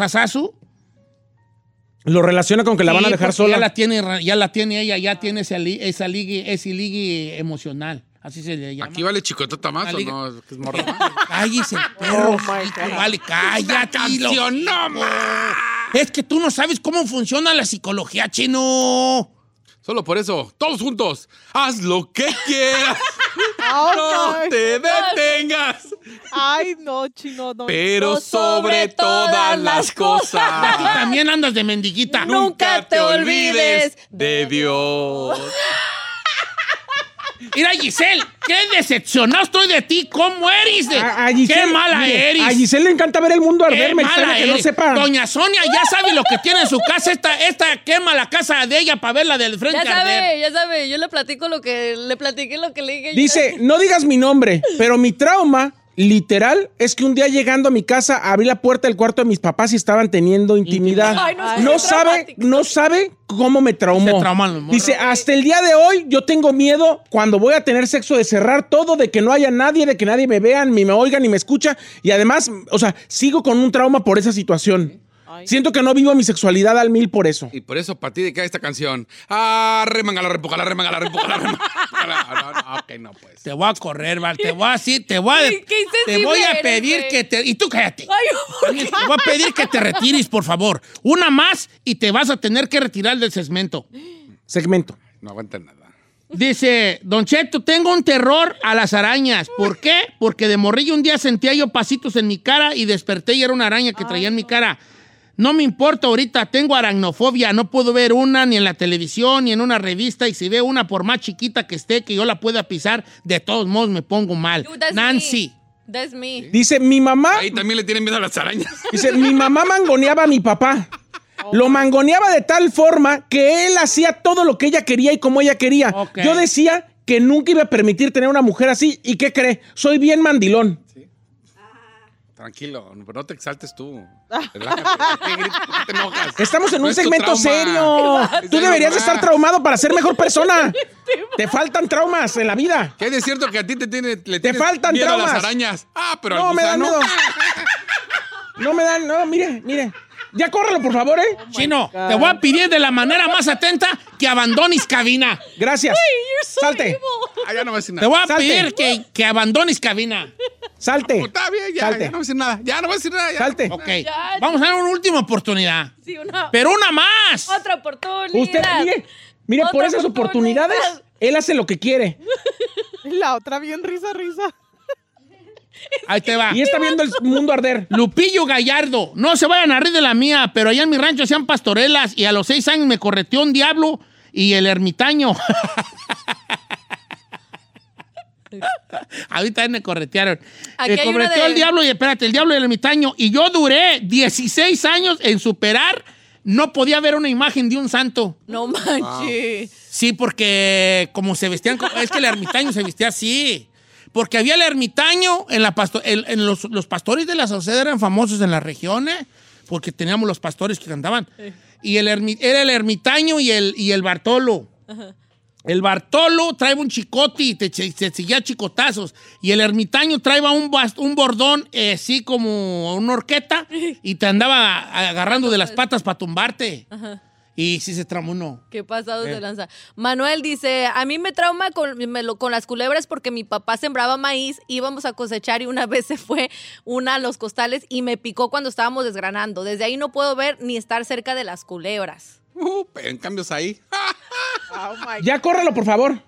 Lo relaciona con que la van a dejar sola. Ya la tiene, ra- ya la tiene ella, ya tiene esa, li- esa ligue, ese ligue emocional. Así se le llama. ¿Aquí vale chicotota más o Una no? Es que es morra. Cállese, perro. chiquito, vale, cállate. canción, no, loco. es que tú no sabes cómo funciona la psicología, chino. Solo por eso, todos juntos, haz lo que quieras. Oh, No no. te detengas, Ay, no, chino, no. pero No sobre sobre todas todas las Tú las cosas. también andas de mendiguita. Nunca te olvides de Dios. Mira, Giselle, qué decepcionado estoy de ti. ¿Cómo eres? de- A- a Giselle- qué mala mire, eres. A Giselle le encanta ver el mundo Qué arder, me mala extraña que no eres. sepa. Doña Sonia ya sabe lo que tiene en su casa. Esta, esta quema la casa de ella para verla del frente. Ya arder. sabe, ya sabe. Yo le platico lo que le platiqué lo que le dije. Dice, no digas mi nombre, pero mi trauma Literal, es que un día llegando a mi casa, abrí la puerta del cuarto de mis papás y estaban teniendo intimidad. Ay, no, no qué sabe, no sabe cómo me traumó. Se trauman los morros. Dice, hasta el día de hoy yo tengo miedo cuando voy a tener sexo de cerrar todo, de que no haya nadie, de que nadie me vea, ni me oiga, ni me escucha. Y además, o sea, sigo con un trauma por esa situación. Siento que no vivo mi sexualidad al mil por eso. Y por eso, para ti, de queda esta canción. Ah, remangala, repújala, remangala, repújala, remangala. Ah, Ok, no, pues. Te voy a correr, Val. Te voy a decir, te voy a. Qué- qué te insensible voy a eres, pedir güey. que te. Y tú cállate. También Te voy a pedir que te retires, por favor. Una más y te vas a tener que retirar del segmento. Segmento. No aguantan nada. Dice, Don Cheto, tengo un terror a las arañas. ¿Por qué? Porque de morrillo un día sentía yo pasitos en mi cara y desperté y era una araña que traía en mi cara. No me importa ahorita, tengo aracnofobia, no puedo ver una ni en la televisión ni en una revista y si veo una por más chiquita que esté que yo la pueda pisar, de todos modos me pongo mal. Dude, that's Nancy. me. That's me. Dice, mi mamá. Ahí también le tienen miedo a las arañas. Dice, mi mamá mangoneaba a mi papá. Lo mangoneaba de tal forma que él hacía todo lo que ella quería y como ella quería. Yo decía que nunca iba a permitir tener una mujer así. ¿Y qué cree? Soy bien mandilón. Tranquilo, pues, no- pero no te exaltes tú. Relájate. ¿Qué gritas? ¿Por qué te enojas? Estamos en No un es tu segmento trauma. serio. Es Este Tú de deberías nomás. estar traumado para ser mejor persona. Te faltan traumas en la vida. ¿Qué es cierto que a ti te tiene le Te tienes faltan miedo traumas. a las arañas? Ah, pero no al me dan gusano. miedo. No me dan, no, mire, mire. Ya córrelo, por favor, ¿eh? Chino, te voy a pedir de la manera más atenta que abandones cabina. Gracias. Salte. Ah, ya no voy a decir nada. Te voy a Salte. pedir que, que abandones cabina. Salte. Está bien, ya, Salte. ya no voy a decir nada. Ya no voy a decir nada. ya. Salte. Ok. Vamos a dar una última oportunidad. Sí, una- Pero una más. Otra oportunidad. Usted, mire, mire, por esas oportunidades, él hace lo que quiere. La otra bien risa, risa. Ahí te va. Y está viendo el mundo arder. Lupillo Gallardo, no se vayan a reír de la mía, pero allá en mi rancho sean pastorelas y a los seis años me correteó un diablo y el ermitaño. Ahorita me corretearon. Aquí Me hay una correteó de- el diablo y espérate, el diablo y el ermitaño. Y yo duré 16 años en superar. No podía ver una imagen de un santo. No manches. Sí, porque como se vestían, co- es que el ermitaño se vestía así. Porque había el ermitaño, en la pasto- el- en los, los pastores de la sociedad eran famosos en las regiones, porque teníamos los pastores que cantaban. Y el ermi- era el ermitaño y el, y el Bartolo. El Bartolo trae un chicote y te, chi- te seguía a chicotazos. Y el ermitaño traía un, bas- un bordón eh, así como una horqueta y te andaba agarrando de las patas para tumbarte. Ajá. Y sí se tramó uno. Qué pasados Eh. de lanza. Manuel dice, a mí me trauma con, me lo- con las culebras porque mi papá sembraba maíz, íbamos a cosechar y una vez se fue una a los costales y me picó cuando estábamos desgranando. Desde ahí no puedo ver ni estar cerca de las culebras. Uh, pero en cambios ahí. Ah, Ya córrelo, por favor.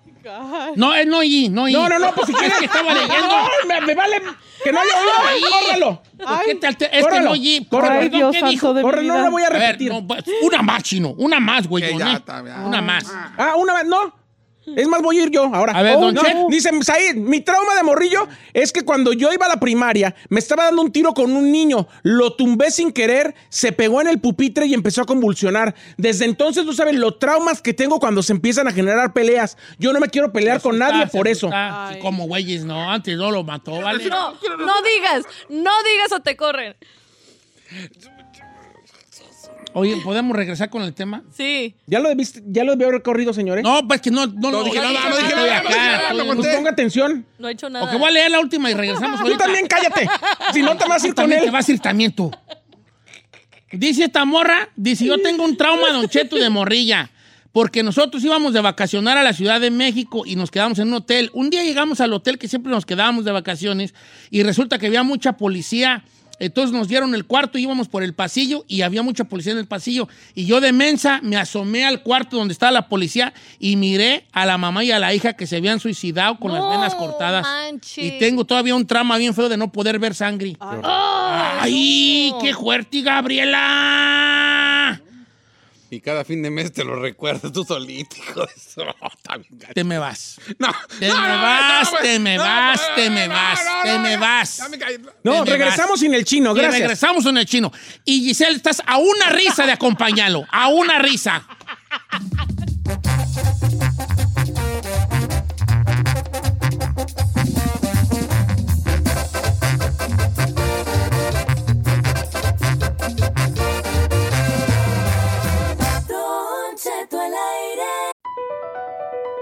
No, es no y no y. No, no, no, pues si Es quieres que estaba leyendo. No, me, me vale. Que no le Ahí. oiga. Córrelo. ¿Por qué te alter- Es que Córrelo. no y. Córrelo. Perdón, Dios ¿qué santo dijo? de mi Córrelo, no vida. la voy a ver, repetir. no, pues, una más, chino. Una más, güey. Que ¿no? ya está, ya. Una más. Ah, una más, no. Es más, voy a ir yo ahora. A ver, don no. Chet. Dice, Said, mi trauma de morrillo es que cuando yo iba a la primaria, me estaba dando un tiro con un niño, lo tumbé sin querer, se pegó en el pupitre y empezó a convulsionar. Desde entonces, tú sabes, los traumas que tengo cuando se empiezan a generar peleas. Yo no me quiero pelear con nadie por eso. Ah, sí, como güeyes, no, antes no lo mató, ¿vale? No, no digas, no digas o te corren. Oye, ¿podemos regresar con el tema? Sí. Ya lo debiste, ya lo debí haber corrido, señores. No, pues que no, no, No lo dije nada, no estoy dije nada, no dije acá, nada, lo estoy- Pues aguanté. ponga atención. No he hecho nada. Ok, voy a leer la última y regresamos Tú también cállate. Si no te vas a ir con También él. te vas a ir también tú. Dice esta morra, dice, yo tengo un trauma, Don Cheto, de morrilla. Porque nosotros íbamos de vacacionar a la Ciudad de México y nos quedamos en un hotel. Un día llegamos al hotel que siempre nos quedábamos de vacaciones y resulta que había mucha policía. Entonces nos dieron el cuarto, íbamos por el pasillo y había mucha policía en el pasillo. Y yo de mensa me asomé al cuarto donde estaba la policía y miré a la mamá y a la hija que se habían suicidado con las No venas cortadas. manches. Y tengo todavía un trauma bien feo de no poder ver sangre. ¡Ay, qué fuerte, Gabriela! Y cada fin de mes te lo recuerdas tú solito, hijo de su- Oh, está bien gacho. Te me vas. No, Te no, me no, vas, no, te me no, vas, no, te me no, vas, no, te no, me ya, vas. ya me caí. No, Te me regresamos vas. sin el chino, Y Oh, gracias. regresamos en el chino. Y Giselle, estás a una risa de acompañarlo. A una risa.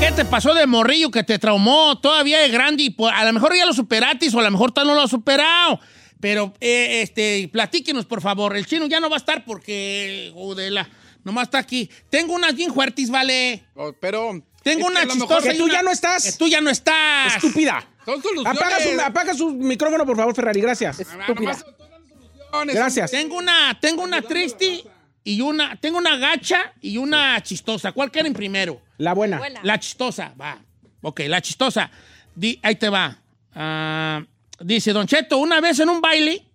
¿Qué te pasó de morrillo que te traumó todavía de grande? Y pues, a lo mejor ya lo superaste o a lo mejor todavía no lo has superado. Pero eh, este, platíquenos, por favor. El chino ya no va a estar porque, jodela, nomás está aquí. Tengo unas bien fuertes, ¿vale? pero... Tengo una chistosa. Que y tú una- ya no estás. Que tú ya no estás. Estúpida. Son Apaga su, apaga su micrófono, por favor, Ferrari. Ah, Gracias. Estúpida. Gracias. Tengo una, tengo una triste y una, tengo una gacha y una chistosa. ¿Cuál quieren primero? La buena. La chistosa, va. Ok, la chistosa. Di- ahí te va. Ah, dice, Don Cheto, una vez en un baile,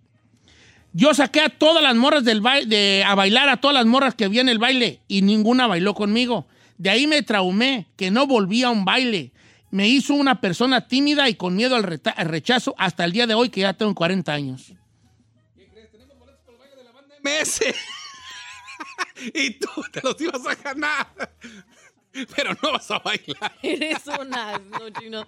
yo saqué a todas las morras del baile, a bailar a todas las morras que vi en el baile y ninguna bailó conmigo. De ahí me traumé, que no volví a un baile. Me hizo una persona tímida y con miedo al, reta- al rechazo hasta el día de hoy que ya tengo 40 años. meses. y tú te los ibas a ganar. Pero no vas a bailar. Eres un asno, chino.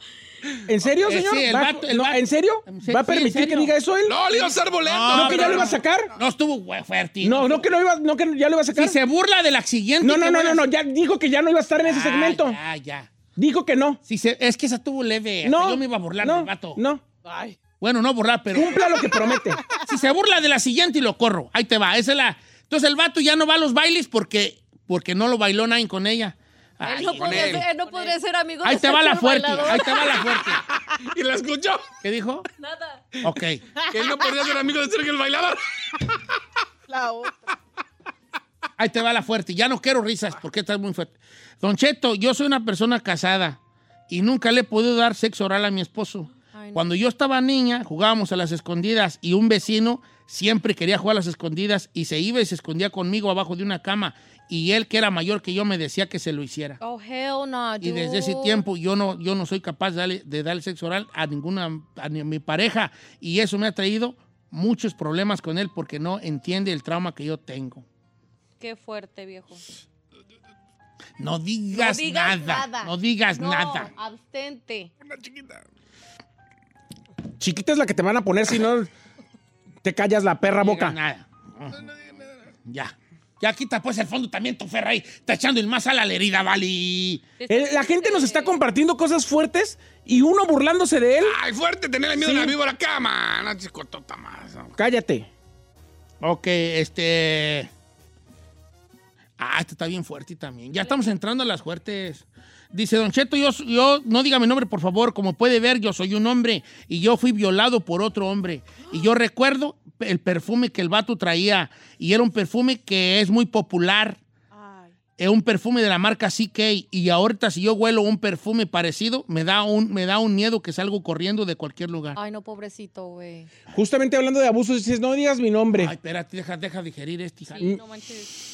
¿En serio, Eh, señor? sí, el ¿Va- vato- el no, vato- ¿En serio? Sí, ¿Va a sí, permitir en que serio. diga eso él? No, le iba a hacer boleto. ¿No que ya lo iba a sacar? No estuvo güey, fuerte. No, no que no iba, no que ya lo iba a sacar. Si se burla de la siguiente. No, no, que no, voy a- no, no, ya dijo que ya no iba a estar en ese Ah, segmento. Ya, ya. Dijo que no. Si se- es que esa tuvo leve. hasta No, Yo me iba a burlar no, del vato. No, Ay. Bueno, no burlar, pero. cumpla lo que promete. Si se burla de la siguiente y lo corro. Ahí te va. Esa es la. Entonces el vato ya no va a los bailes porque, porque no lo bailó nadie con ella. Ay, Él no, con podría él. ser, él no podría ser amigo Ahí de te va la Sergio fuerte. Bailador. Ahí te va la fuerte. Y la escuchó. ¿Qué dijo? Nada. Ok. Que él no podía ser amigo de Sergio el bailador. La otra. Ahí te va la fuerte. Ya no quiero risas porque estás muy fuerte. Don Cheto, yo soy una persona casada y nunca le he podido dar sexo oral a mi esposo. Ay, no. Cuando yo estaba niña, jugábamos a las escondidas y un vecino siempre quería jugar a las escondidas y se iba y se escondía conmigo abajo de una cama. Y él, que era mayor que yo, me decía que se lo hiciera. Oh, hell no, Y desde ese dude. tiempo yo no, yo no soy capaz de darle, de darle sexo oral a ninguna, a ni- a mi pareja. Y eso me ha traído muchos problemas con él porque no entiende el trauma que yo tengo. Qué fuerte, viejo. No digas, no digas nada, nada. No digas No, nada. Abstente. Chiquita es la que te van a poner si no te callas la perra No digas boca. nada. Ya. Ya quita pues el fondo también, tu Ferrari. Está echando el más a la herida, vale. Eh, La gente nos está compartiendo cosas fuertes y uno burlándose de él. Ah. Ay, fuerte tenerle miedo Sí. a la víbora cama. No, chicotota más. no. Cállate. Ok, este. Ah, este está bien fuerte también. Ya estamos entrando a las fuertes. Dice Don Cheto, yo, yo no diga mi nombre, por favor. Como puede ver, yo soy un hombre y yo fui violado por otro hombre. Y yo recuerdo el perfume que el vato traía. Y era un perfume que es muy popular. Ay. es un perfume de la marca CK y ahorita si yo huelo un perfume parecido, me da un, me da un miedo que salgo corriendo de cualquier lugar. Ay, Ay, no, pobrecito, güey. Justamente hablando de abusos, dices, no digas mi nombre. espérate, deja, deja digerir este. hija. Mm. Sí, no manches.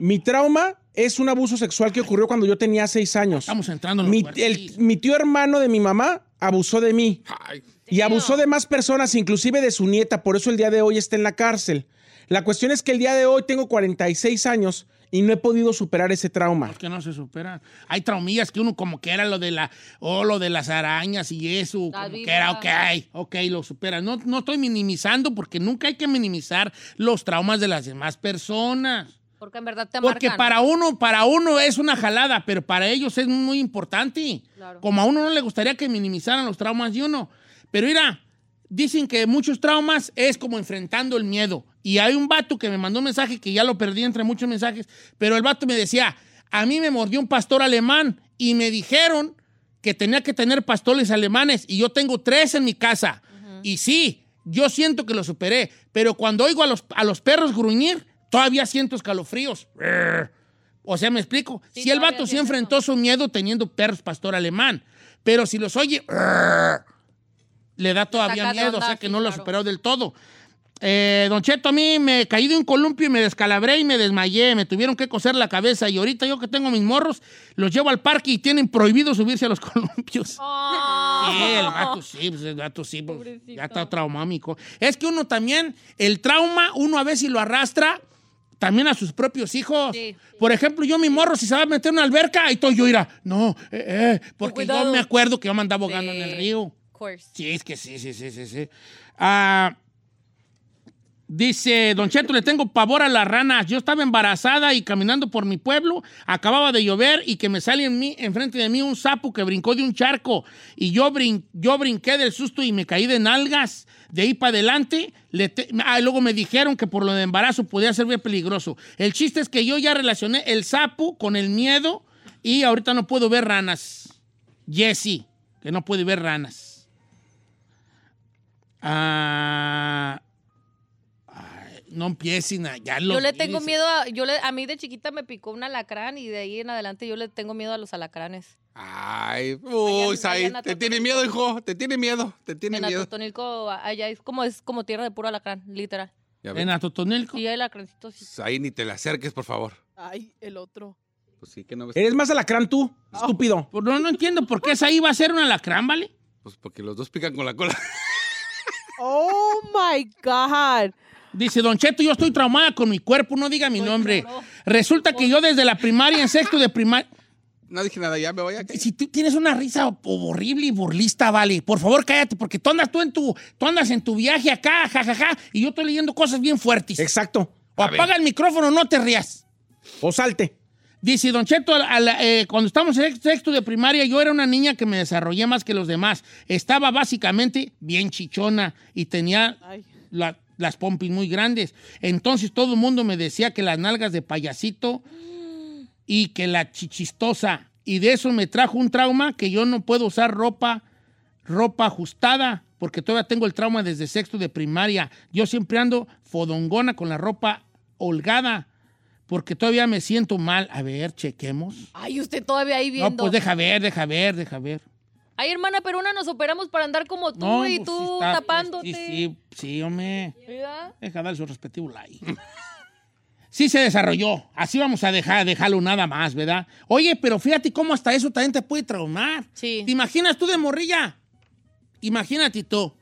Mi trauma es un abuso sexual que ocurrió cuando yo tenía seis años. Estamos entrando en los Mi, el- fuertes. mi tío hermano de mi mamá abusó de mí. Ay, Y abusó de más personas, inclusive de su nieta, por eso el día de hoy está en la cárcel. La cuestión es que el día de hoy tengo 46 años y no he podido superar ese trauma. Los que no se superan. Hay traumillas que uno como que era lo de la, o lo de las arañas y eso, La como que víbora. era, ok, ok, lo supera. No, no estoy minimizando porque nunca hay que minimizar los traumas de las demás personas. Porque en verdad te Porque marcan. para uno, para uno es una jalada, pero para ellos es muy importante. Claro. Como a uno no le gustaría que minimizaran los traumas de uno. Pero mira, dicen que muchos traumas es como enfrentando el miedo. Y hay un vato que me mandó un mensaje que ya lo perdí entre muchos mensajes, pero el vato me decía, a mí me mordió un pastor alemán y me dijeron que tenía que tener pastores alemanes y yo tengo tres en mi casa. Y sí, yo siento que lo superé, pero cuando oigo a los, a los perros gruñir, todavía siento escalofríos. O sea, me explico. si el vato sí enfrentó su miedo teniendo perros pastor alemán, pero si los oye, le da todavía saca de miedo, o onda, sea que sí, no lo claro. superó del todo. Eh, don Cheto, a mí me caí de un columpio y me descalabré y me desmayé. Me tuvieron que coser la cabeza y ahorita yo que tengo mis morros, los llevo al parque y tienen prohibido subirse a los columpios. Sí, el vato sí, pues, el vato sí, pues, ya está traumámico. Es que uno también, el trauma, uno a veces lo arrastra también a sus propios hijos. Por ejemplo, yo mi morro, si se va a meter en una alberca, ahí estoy yo, irá, no, eh, eh, porque yo cuidado. me acuerdo que yo me andaba ahogando en el río. Of course. Sí, es que sí, sí, sí, sí, sí. Ah, dice, Don Cheto, le tengo pavor a las ranas. Yo estaba embarazada y caminando por mi pueblo, acababa de llover y que me sale en mí, enfrente de mí un sapo que brincó de un charco. Y yo, brin- yo brinqué del susto y me caí de nalgas. De ahí para adelante, le te- ah, luego me dijeron que por lo de embarazo podía ser bien peligroso. El chiste es que yo ya relacioné el sapo con el miedo y ahorita no puedo ver ranas. Jesse, que no puede ver ranas. Ah, ay, no empiecen a- ya los Yo le tengo iris. miedo a. Yo le, a mí de chiquita me picó un alacrán y de ahí en adelante yo le tengo miedo a los alacranes. Ay, uy, Sai, vayan a te tiene miedo, hijo, te tiene miedo, te tiene En miedo. Atotonilco, allá es como, es como tierra de puro alacrán, literal. Ya ves. En Atotonilco. Sí, hay alacrancitos. sí. Sai, ni te le acerques, por favor. Ay, el otro. Pues sí, que no ves. Eres más alacrán tú, estúpido. Pues no, no entiendo por qué esa iba a ser un alacrán, ¿vale? Pues porque los dos pican con la cola. Oh my God. Dice, Don Cheto, yo estoy traumada con mi cuerpo, no diga Pues mi nombre. Resulta que yo desde la primaria, en sexto de primaria... No dije nada, ya me voy a... Si tú tienes una risa o- o horrible y burlista, vale, por favor cállate, porque tú andas tú en tu, tú andas en tu viaje acá, jajaja, y yo estoy leyendo cosas bien fuertes. Exacto. O apaga el micrófono, no te rías. O salte. Dice Don Cheto, a la- a la- eh, cuando estábamos en sexto- sexto de primaria, yo era una niña que me desarrollé más que los demás. Estaba básicamente bien chichona y tenía la- las pompis muy grandes. Entonces todo el mundo me decía que las nalgas de payasito y que la chichistosa. Y de eso me trajo un trauma que yo no puedo usar ropa, ropa ajustada, porque todavía tengo el trauma desde sexto de primaria. Yo siempre ando fodongona con la ropa holgada, porque todavía me siento mal. A ver, chequemos. Ay, usted todavía ahí viendo. No, pues deja ver, deja ver, deja ver. Ay, hermana, pero una nos operamos para andar como tú No, y pues, tú sí está- tapándote. Sí, sí, sí, hombre. Mira. Deja darle su respectivo like. Sí se desarrolló. Así vamos a dejar, dejarlo nada más, ¿verdad? Oye, pero fíjate cómo hasta eso también te puede traumar. Sí. ¿Te imaginas tú de morrilla? Imagínate tú.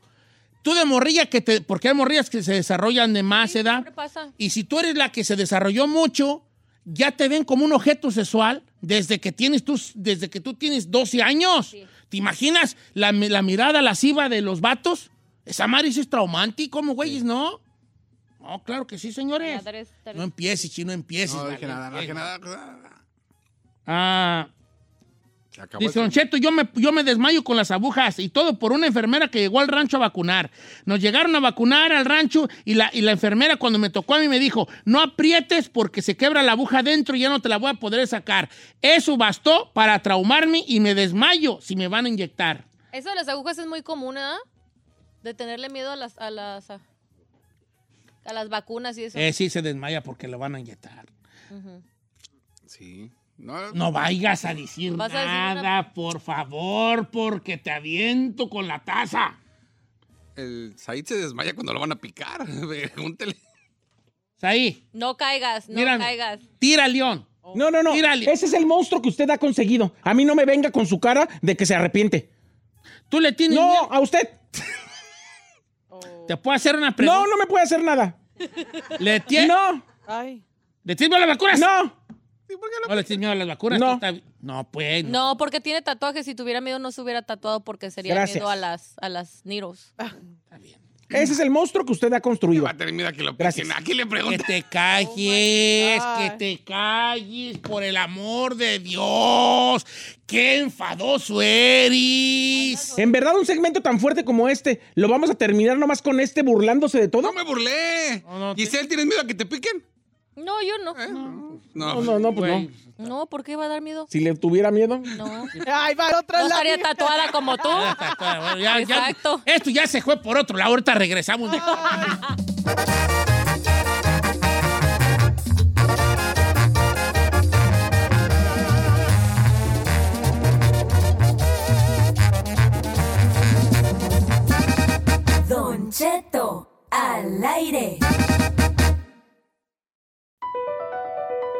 Tú de morrilla que te... Porque hay morrillas que se desarrollan de más edad. ¿Qué pasa? Y si tú eres la que se desarrolló mucho, ya te ven como un objeto sexual desde que tienes tus, desde que tú tienes 12 años. ¿Te imaginas la, mi- la mirada lasciva de los vatos? Esa maris es traumante, como güeyes, ¿no? No, claro que sí, señores. No empieces, chino, empieces. No dije vale, nada, no dije empieces. nada. Ah, Se acabó Dice el- Don Cheto, yo me, yo me desmayo con las agujas y todo por una enfermera que llegó al rancho a vacunar. Nos llegaron a vacunar al rancho y la, y la enfermera cuando me tocó a mí me dijo, no aprietes porque se quebra la aguja adentro y ya no te la voy a poder sacar. Eso bastó para traumarme y me desmayo si me van a inyectar. Eso de las agujas es muy común, ¿ah? De tenerle miedo a las, a las, a, a las vacunas y eso. Eh, sí, se desmaya porque lo van a inyectar. Ujú. Sí. No, No vayas a decir Vas a decir nada, por favor, porque te aviento con la taza. El Said se desmaya cuando lo van a picar. Pregúntele. Ahí, No caigas, no Mírame. caigas. tira, León. No, no, no. Ese es el monstruo que usted ha conseguido. A mí no me venga con su cara de que se arrepiente. Tú le tienes. No, a usted. ¿Te puedo hacer una pregunta? No, no me puede hacer nada. ¿Le tienes? No. Ay. ¿Le tienes miedo a las vacunas? No. ¿No le tienes miedo a las vacunas? No. Tú está- No, pues. No. No, porque tiene tatuajes. Si tuviera miedo, no se hubiera tatuado porque sería Gracias. miedo a las, a las niros. Ese es el monstruo que usted ha construido. Mira que lo Gracias. piquen. Aquí le preguntan. Que te calles, Oh que te calles, por el amor de Dios. Qué enfadoso eres. En verdad, un segmento tan fuerte como este, ¿lo vamos a terminar nomás con este burlándose de todo? No me burlé. Giselle, ¿tienes miedo a que te piquen? No, yo no. ¿Eh? No. No, no, no, pues no. No, ¿por qué va a dar miedo? Si le tuviera miedo. No. Ay, va otra No la estaría mía. tatuada como tú. Bueno, ya- ya- esto ya se fue por otro lado. Ahorita regresamos. de- Don Cheto al aire.